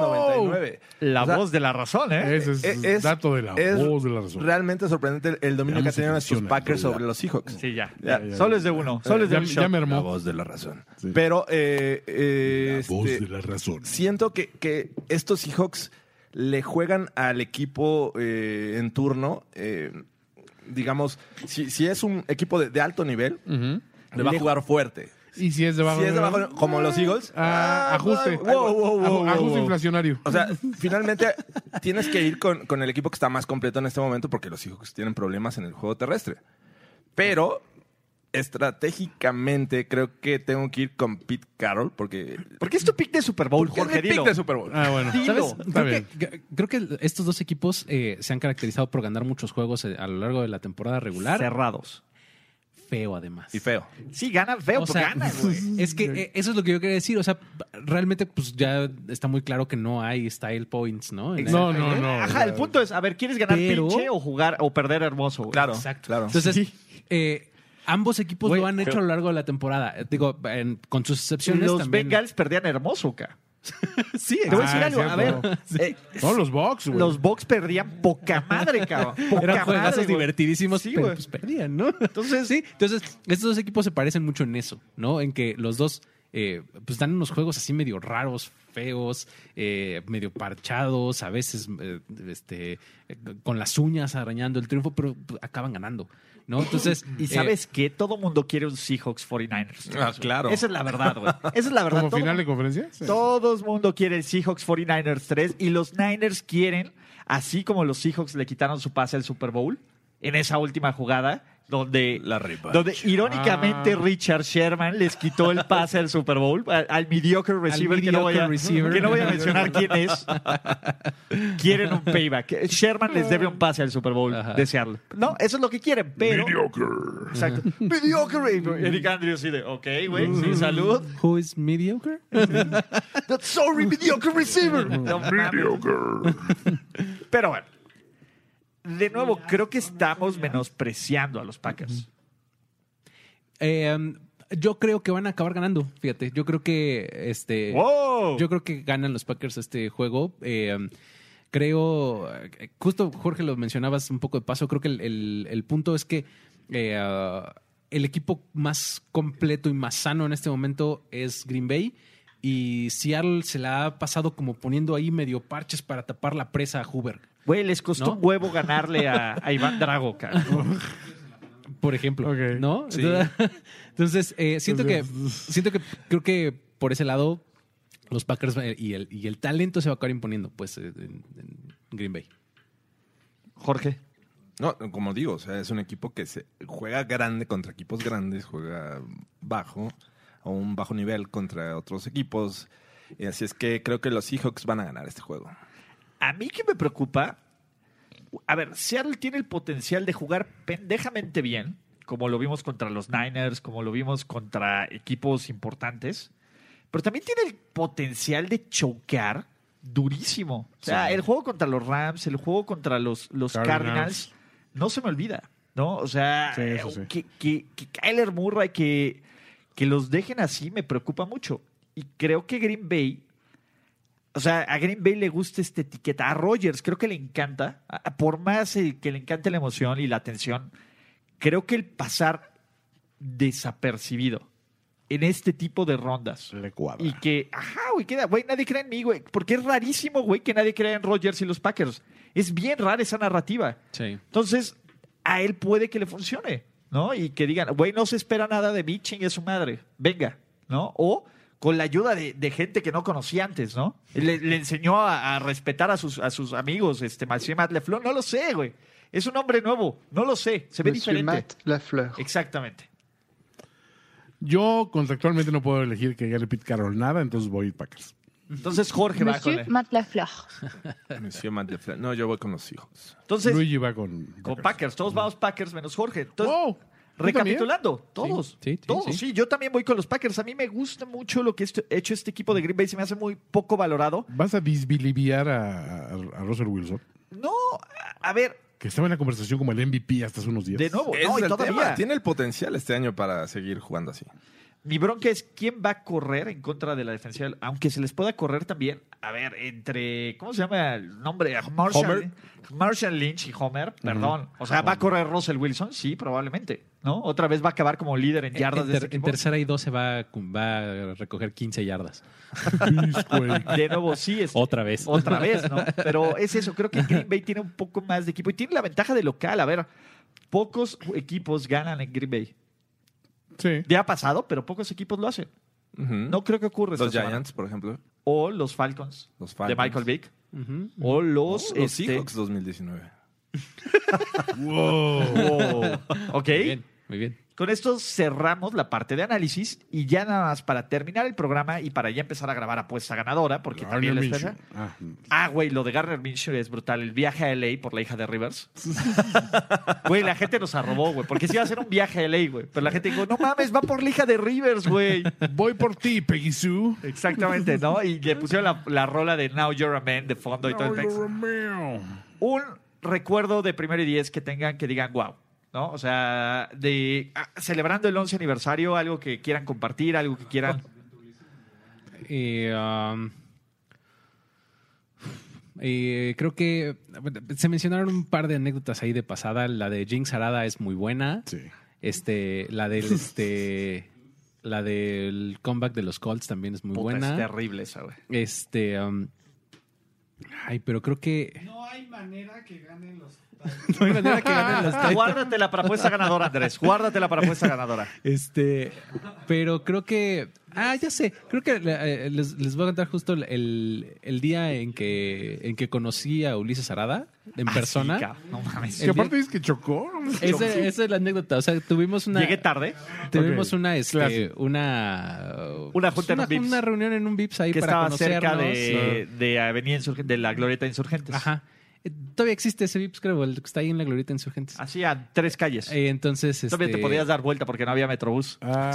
1999.
La
O sea,
voz de la razón, ¿eh?
Ese es,
eh, es-
dato de la
es
voz de la razón.
Realmente sorprendente el, el dominio
Ya
que
me
han tenido estos
impresiona,
Packers
de verdad.
sobre los Seahawks.
Sí, ya.
Ya,
ya,
Solo es de uno. Solo es de
ya,
un
ya
shot.
me
La
armó.
voz de la razón.
Sí.
Pero eh, eh,
la voz
este,
de la razón.
siento que, que estos Seahawks le juegan al equipo eh, en turno. eh, digamos, si, si es un equipo de, de alto nivel,
Ujú.
le va a jugar fuerte.
Y si es debajo
Si es
nivel?
debajo, como los Eagles,
Ah,
ah,
ajuste.
wow, wow, wow,
Aju-
wow,
ajuste
wow.
inflacionario.
[LAUGHS] O sea, finalmente tienes que ir con, con el equipo que está más completo en este momento porque los Seahawks tienen problemas en el juego terrestre. Pero estratégicamente creo que tengo que ir con Pete Carroll porque
¿Por qué es tu pick de Super Bowl,
porque es mi
Jorge?
pick
Dilo.
de Super Bowl.
Ah, bueno.
Sí.
¿Sabes?
Dilo.
Está
Creo que, g- creo que estos dos equipos eh, se han caracterizado por ganar muchos juegos eh, a lo largo de la temporada regular.
Cerrados.
Feo, además.
Y feo.
Sí, gana feo,
O
pues
sea, [LAUGHS]
gana, güey.
es que eh, eso es lo que yo quería decir. O sea, realmente, pues ya está muy claro que no hay style points, ¿no? En-
No, no, no.
Ajá, el punto es, a ver, ¿quieres ganar
Pero-
pinche o jugar o perder hermoso? güey?
Claro.
Exacto.
Claro.
Entonces, eh, ambos equipos
Güey,
lo han hecho
pero-
a lo largo de la temporada. Eh, Digo, en- con sus excepciones
Los
también.
Bengals perdían hermoso,
[LAUGHS]
ca.
Sí,
Te voy a
Ah,
decir algo,
es
a ver.
cierto.
eh,
No, los Bucks, güey.
los Bucks perdían poca madre,
[LAUGHS]
cabrón. Poca
Eran
madre,
juegazos
güey.
divertidísimos,
Sí,
pero
güey.
pues perdían, ¿no? Entonces, sí. Entonces, estos dos equipos se parecen mucho en eso, ¿no? En que los dos eh, pues dan unos juegos así medio raros, feos, eh, medio parchados, a veces eh, este, eh, con las uñas arañando el triunfo, pero pues, acaban ganando, ¿no? Entonces,
[LAUGHS] Y
eh,
sabes qué? Todo mundo quiere un Seahawks 49ers.
Ah, claro.
Esa es la verdad, güey. Esa es la verdad.
¿Como
Todo
final de
mundo-
conferencia? Sí.
Todo el mundo quiere el Seahawks 49ers 3 y los Niners quieren, así como los Seahawks le quitaron su pase al Super Bowl en esa última jugada donde
La revancha.
donde irónicamente
Ah.
Richard Sherman les quitó el pase al Super Bowl al, al mediocre receiver, que, no voy
mediocre
a,
receiver.
que no voy a mencionar quién es. Quieren un payback. Sherman les debe un pase al Super Bowl,
Ajá.
desearlo. No, eso es lo que quieren, pero Exacto. Mediocre. Eric Andrews sí de, ok, güey, sin salud.
eh, ¿Who is mediocre?
That's sorry, mediocre receiver. [LAUGHS] No mames. Pero bueno, de nuevo, creo que estamos menospreciando a los Packers.
Eh, yo creo que van a acabar ganando, fíjate. Yo creo que este.
¡Wow!
Yo creo que ganan los Packers este juego. Eh, creo, eh, justo Jorge lo mencionabas un poco de paso, creo que el, el- el punto es que eh, ah, el equipo más completo y más sano en este momento es Green Bay. Y Seattle se la ha pasado como poniendo ahí medio parches para tapar la presa a Hoover,
Güey, les costó
¿No?
un huevo ganarle a, a Iván Drago, cara.
por ejemplo.
Ok.
¿No? Entonces, [LAUGHS] eh, siento que siento que creo que por ese lado los Packers eh, y el, y el talento se va a acabar imponiendo pues eh, en- en Green Bay.
Jorge.
No, como digo, o sea, es un equipo que se juega grande contra equipos grandes, juega bajo, a un bajo nivel contra otros equipos. Y así es que creo que los Seahawks van a ganar
[LAUGHS]
este juego.
A mí que me preocupa. A ver, Seattle tiene el potencial de jugar pendejamente bien, como lo vimos contra los Niners, como lo vimos contra equipos importantes, pero también tiene el potencial de chocar durísimo. O sea, el juego contra los Rams, el juego contra los, los Cardinals,
Cardinals.
no se me olvida. ¿no? O sea,
Sí, eso sí.
Que, que- que Kyler Murray, que, que los dejen así, me preocupa mucho. Y creo que Green Bay, o sea, a Green Bay le gusta esta etiqueta. A Rogers creo que le encanta, a- a- por más eh, que le encante la emoción y la atención, creo que el pasar desapercibido en este tipo de rondas.
Le cuadra.
Y que, ajá, güey, queda, güey, nadie cree en mí, güey. Porque es rarísimo, güey, que nadie crea en Rodgers y los Packers. Es bien rara esa narrativa.
Sí.
Entonces, a él puede que le funcione, ¿no? Y que digan, güey, no se espera nada de mí, chingue su madre, venga, ¿no? O con la ayuda de, de gente que no conocía antes, ¿no? Le, le enseñó a, a respetar a sus, a sus amigos, este, Mathieu Matt Lefleur, no lo sé, güey. Es un hombre nuevo, no lo sé, se ve
Monsieur
diferente.
Matt Lafleur.
Exactamente.
Yo contractualmente no puedo elegir que gane Pete Carroll nada, entonces voy Packers.
Entonces, Jorge va con
Monsieur
él.
Matt Lafleur.
Monsieur Matt Lefleur. No, yo voy con los hijos.
Entonces,
Luigi va con Packers.
con Packers, todos vamos Packers menos Jorge. Entonces,
Wow. ¿Tú
Recapitulando, todos,
sí, sí,
todos, sí.
sí.
Yo también voy con los Packers. A mí me gusta mucho lo que ha hecho este equipo de Green Bay. Se me hace muy poco valorado.
también? ¿Vas a disbiliviar a, a, a Russell Wilson?
No, a a ver,
Que estaba en la conversación como el MVP hasta hace unos días.
de nuevo,
Ese
Oh, no,
es
y
el
todavía.
tema. Tiene el potencial este año para seguir jugando así.
Mi bronca es quién va a correr en contra de la defensiva. Aunque se les pueda correr también, a ver, entre, ¿cómo se llama el nombre? Marshall, eh,
Homer.
Marshall Lynch y Homer, perdón. O sea, ¿va a correr Russell Wilson? Sí, probablemente, ¿no? Otra vez va a acabar como líder en yardas de
en, ter-
este
en
equipo.
tercera y 12 va, a cum- va a recoger 15 yardas.
Pisco, eh.
De nuevo, sí. es
Otra vez.
Otra vez, ¿no? Pero es eso, creo que Green Bay tiene un poco más de equipo y tiene la ventaja de local. A ver, pocos equipos ganan en Green Bay.
Sí.
Ya ha pasado, pero pocos equipos lo hacen.
Ujú.
No creo que ocurra esta
los
semana.
Giants, por ejemplo.
O los Falcons,
Los
de
Falcons.
Michael Vick.
Ujú.
O los,
Oh, los
este,
Seahawks 2019.
wow. Oh. Ok.
Muy bien, muy bien.
Con esto cerramos la parte de análisis y ya nada más para terminar el programa y para ya empezar a grabar apuesta ganadora, porque también
Gardner
les
Minshew.
pesa.
Ah,
Ah, güey, lo de Garner Minshew es brutal. El viaje a LA por la hija de [LAUGHS] Rivers. Güey, la gente nos arrobó, güey. Porque sí iba a ser un viaje a LA, güey. Pero la gente dijo, no mames, va por la hija de Rivers, güey.
voy por ti, Peggy Sue.
[LAUGHS] Exactamente, ¿no? Y le pusieron la, la rola de Now You're a Man de fondo y todo el
Ay,
texto.
Romeo.
Un recuerdo de primero y diez que tengan, que digan, wow. ¿No? O sea, de ah, celebrando el 11 aniversario, algo que quieran compartir, algo que
[LAUGHS]
quieran. pues,
Eh, um, eh, creo que bueno, se mencionaron un par de anécdotas ahí de pasada. La de Jinx Arada es muy buena.
Sí.
Este, la del este, la del comeback de los Colts también es muy
Puta,
buena.
es terrible
[LAUGHS]
esa, güey.
Este. um, ay, pero creo que.
No hay manera que ganen los
[LAUGHS] No hay manera que ganen los Titans.
Guárdatela para apuesta ganadora, Andrés. Guárdatela para apuesta ganadora.
Este. Pero creo que. Ah, ya sé. Creo que eh, les, les voy a contar justo el, el día en que, en que conocí a Ulises Arada en persona.
Ah, Sí, cabrón, no mames.
El
Que aparte
día-
dices que chocó.
Esa, esa es la anécdota. O sea, tuvimos una.
Llegué tarde.
Tuvimos
Ok,
una, este,
clase.
una, pues,
Una junta en
una,
un Vips.
una reunión en un VIPS ahí
que
para
estaba cerca
conocernos.
de, de Avenida Insurgen- de la Glorieta de Insurgentes.
Ajá. Eh, Todavía existe ese VIPS, creo, el que está ahí en la glorita en su gente.
Así a tres calles.
entonces, este,
Ah, Todavía te podías dar vuelta porque no había Metrobús.
Ah,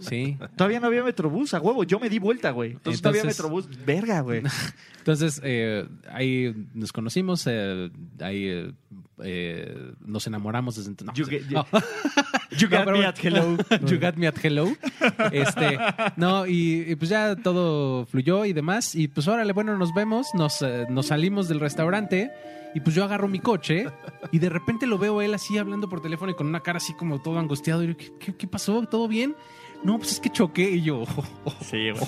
Sí.
Todavía no había Metrobús, a huevo. Yo me di vuelta, güey. Entonces, no había
Entonces-
Metrobús. Verga,
[LAUGHS]
güey.
Entonces, eh, ahí nos conocimos, eh, ahí eh, eh, nos enamoramos desde entonces.
You
No,
get-
no. [LAUGHS]
You got me
pero bueno.
at hello.
[LAUGHS] You got me at hello. Este, no, y, y pues ya todo fluyó y demás. Y pues órale, bueno, nos vemos, nos, eh, nos salimos del restaurante. Y pues yo agarro mi coche y de repente lo veo a él así hablando por teléfono y con una cara así como todo angustiado. Y yo, ¿qué, qué, qué pasó? ¿Todo bien? No, pues es que choqué. Y yo, [LAUGHS]
Sí, güey.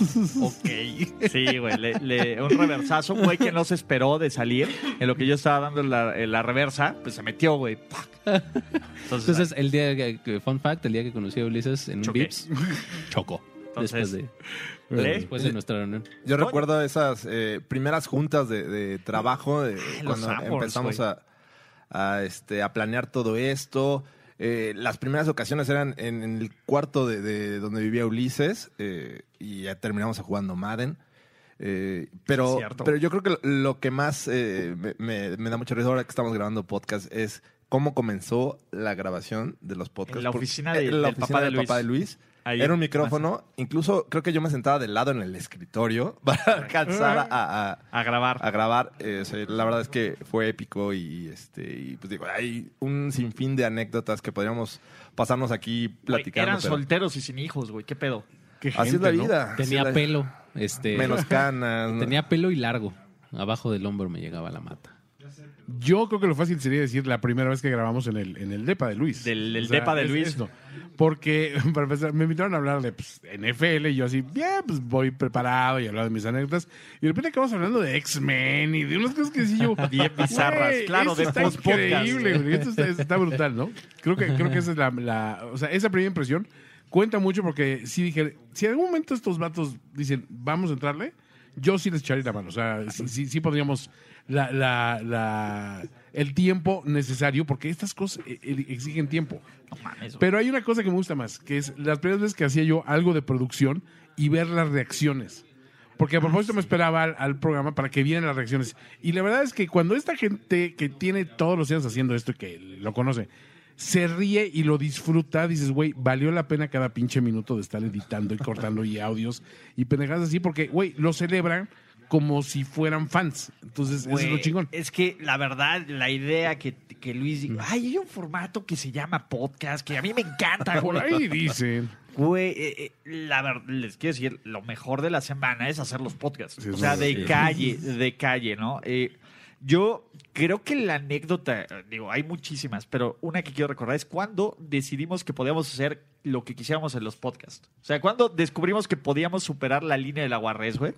Ok. Sí, güey. Le, le- un reversazo, güey, que no se esperó de salir. En lo que yo estaba dando la, eh, la reversa, pues se metió, güey. Pac. Entonces, ah,
Entonces, el día que- que, fun fact, el día que conocí a Ulises en un
Choqué.
Vips, chocó.
Entonces,
después, de,
le-
después de nuestra reunión.
Yo recuerdo esas eh, primeras juntas de, de trabajo de-
Ah, los
cuando
Sanborns,
empezamos
güey.
a, a, este, a planear todo esto. Eh, las primeras ocasiones eran en, en el cuarto de, de donde vivía Ulises eh, y ya terminamos jugando Madden. Eh, pero,
Cierto.
pero yo creo que lo que más eh, me, me- me da mucha risa ahora que estamos grabando podcast es cómo comenzó la grabación de los podcasts.
En la
Por-
oficina de-
en la
del papá de
del papá de Luis.
Ahí.
Era un micrófono. Incluso creo que yo me sentaba de lado en el escritorio [LAUGHS] para alcanzar a, a-
A grabar.
a grabar. Eh, o sea, la verdad es que fue épico y, este, y pues digo, hay un sinfín de anécdotas que podríamos pasarnos aquí
Güey,
platicando.
Eran
pero
solteros y sin hijos, güey. ¿Qué pedo?
Qué
así es
gente,
la
¿no?
vida. así es
Tenía
la-
pelo. Este,
Menos canas.
[LAUGHS]
¿no?
Tenía pelo y largo. Abajo del hombro me llegaba la mata.
Yo creo que lo fácil sería decir la primera vez que grabamos en el, en el DEPA de Luis.
Del- el depa de
es
Luis.
esto. Porque, [LAUGHS] para empezar, me invitaron a hablar de pues, NFL y yo así, bien, pues voy preparado y hablar de mis anécdotas. Y de repente acabamos hablando de X-Men y de unas cosas que sí yo...
Bien bizarras,
"Güey,
claro,
esto
de
está
post-podcast".
increíble, güey, esto está, está brutal, ¿no? Creo que, creo que esa es la, la- O sea, esa primera impresión cuenta mucho porque sí dije, si en algún momento estos vatos dicen, vamos a entrarle, yo sí les echaría la mano. O sea, sí, sí, sí pondríamos la, la- la- el tiempo necesario porque estas cosas eh, eh, exigen tiempo. Pero hay una cosa que me gusta más, que es las primeras veces que hacía yo algo de producción y ver las reacciones. Porque a
Ah,
propósito me esperaba al, al programa para que vieran las reacciones. Y la verdad es que cuando esta gente que tiene todos los años haciendo esto y que lo conoce, se ríe y lo disfruta, dices, güey, valió la pena cada pinche minuto de estar editando y cortando y audios y pendejadas así, porque, güey, lo celebran como si fueran fans. Entonces, eso es lo
Güey,
chingón.
es que la verdad, la idea que, que Luis dijo, ay, hay un formato que se llama podcast, que a mí me encanta,
Por
güey.
ahí dicen.
Güey, eh, eh, la verdad, les quiero decir, lo mejor de la semana es hacer los podcasts.
Sí,
o
es
sea,
verdad.
de
Sí.
calle, de calle, ¿no? Eh, yo creo que la anécdota, eh, digo, hay muchísimas, pero una que quiero recordar es cuando decidimos que podíamos hacer lo que quisiéramos en los podcasts. O sea, cuando descubrimos que podíamos superar la línea del aguarrés, güey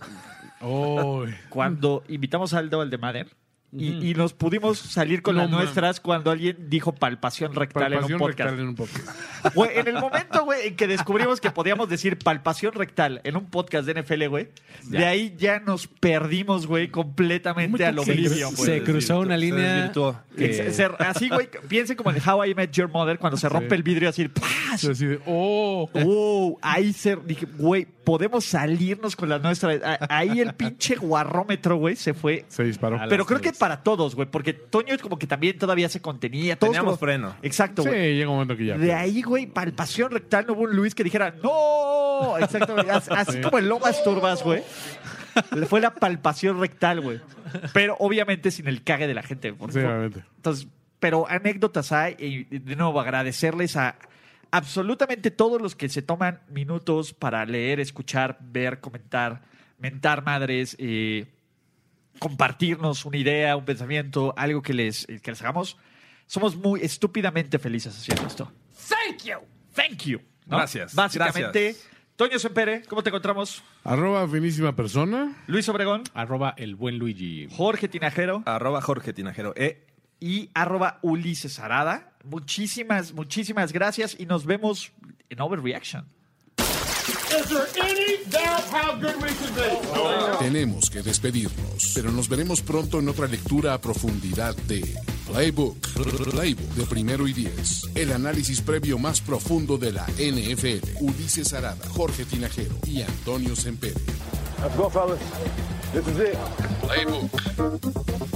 Ay.
cuando invitamos a Aldo Valdemader y, y nos pudimos salir con
No
las
mames.
nuestras cuando alguien dijo palpación rectal en un
Palpación
podcast.
rectal en un podcast.
Güey, en el momento, güey, en que descubrimos que podíamos decir palpación rectal en un podcast de NFL, güey, de ahí ya nos perdimos, güey, completamente al
Se,
oblivion,
se
güey.
cruzó una
Se
línea.
desvirtuó.
Que se- se- así, güey, piensen como en How I Met Your Mother cuando se rompe el vidrio así, ¡paz!
Así de,
[LAUGHS]
oh.
Wow, ahí se dije, güey, podemos salirnos con la nuestra. A- Ahí el pinche guarrómetro, güey, se fue.
Se disparó.
A la-
Pero creo que para todos, güey, porque Toño es como que también todavía se contenía. Todos
Teníamos
como-
freno.
Exacto,
Sí,
güey.
llega un momento que ya.
De ahí, güey, palpación rectal, no hubo un Luis que dijera, ¡No! Exacto, güey. As- Así como el Lomas Turbas, güey. Le Fue la palpación rectal, güey. Pero obviamente sin el cague de la gente. por
Sí,
favor.
obviamente.
Entonces, pero anécdotas hay. Y de nuevo, agradecerles a absolutamente todos los que se toman minutos para leer, escuchar, ver, comentar, mentar madres, eh, compartirnos una idea, un pensamiento, algo que les, eh, que les hagamos. Somos muy estúpidamente felices haciendo esto. Thank you. Thank you. ¿no?
Gracias,
Básicamente,
gracias.
Toño Sempere, ¿cómo te encontramos?
Arroba finísima persona.
Luis Obregón,
Arroba el buen Luigi.
Jorge Tinajero.
Arroba Jorge Tinajero. Eh,
y arroba Ulises Arada. Muchísimas, muchísimas gracias y nos vemos en Overreaction.
Tenemos que despedirnos, pero nos veremos pronto en otra lectura a profundidad de Playbook. Playbook de primero y diez. El análisis previo más profundo de la NFL. Ulises Arada, Jorge Tinajero y Antonio Sempere.
Let's go, fellas. This is it.
Playbook.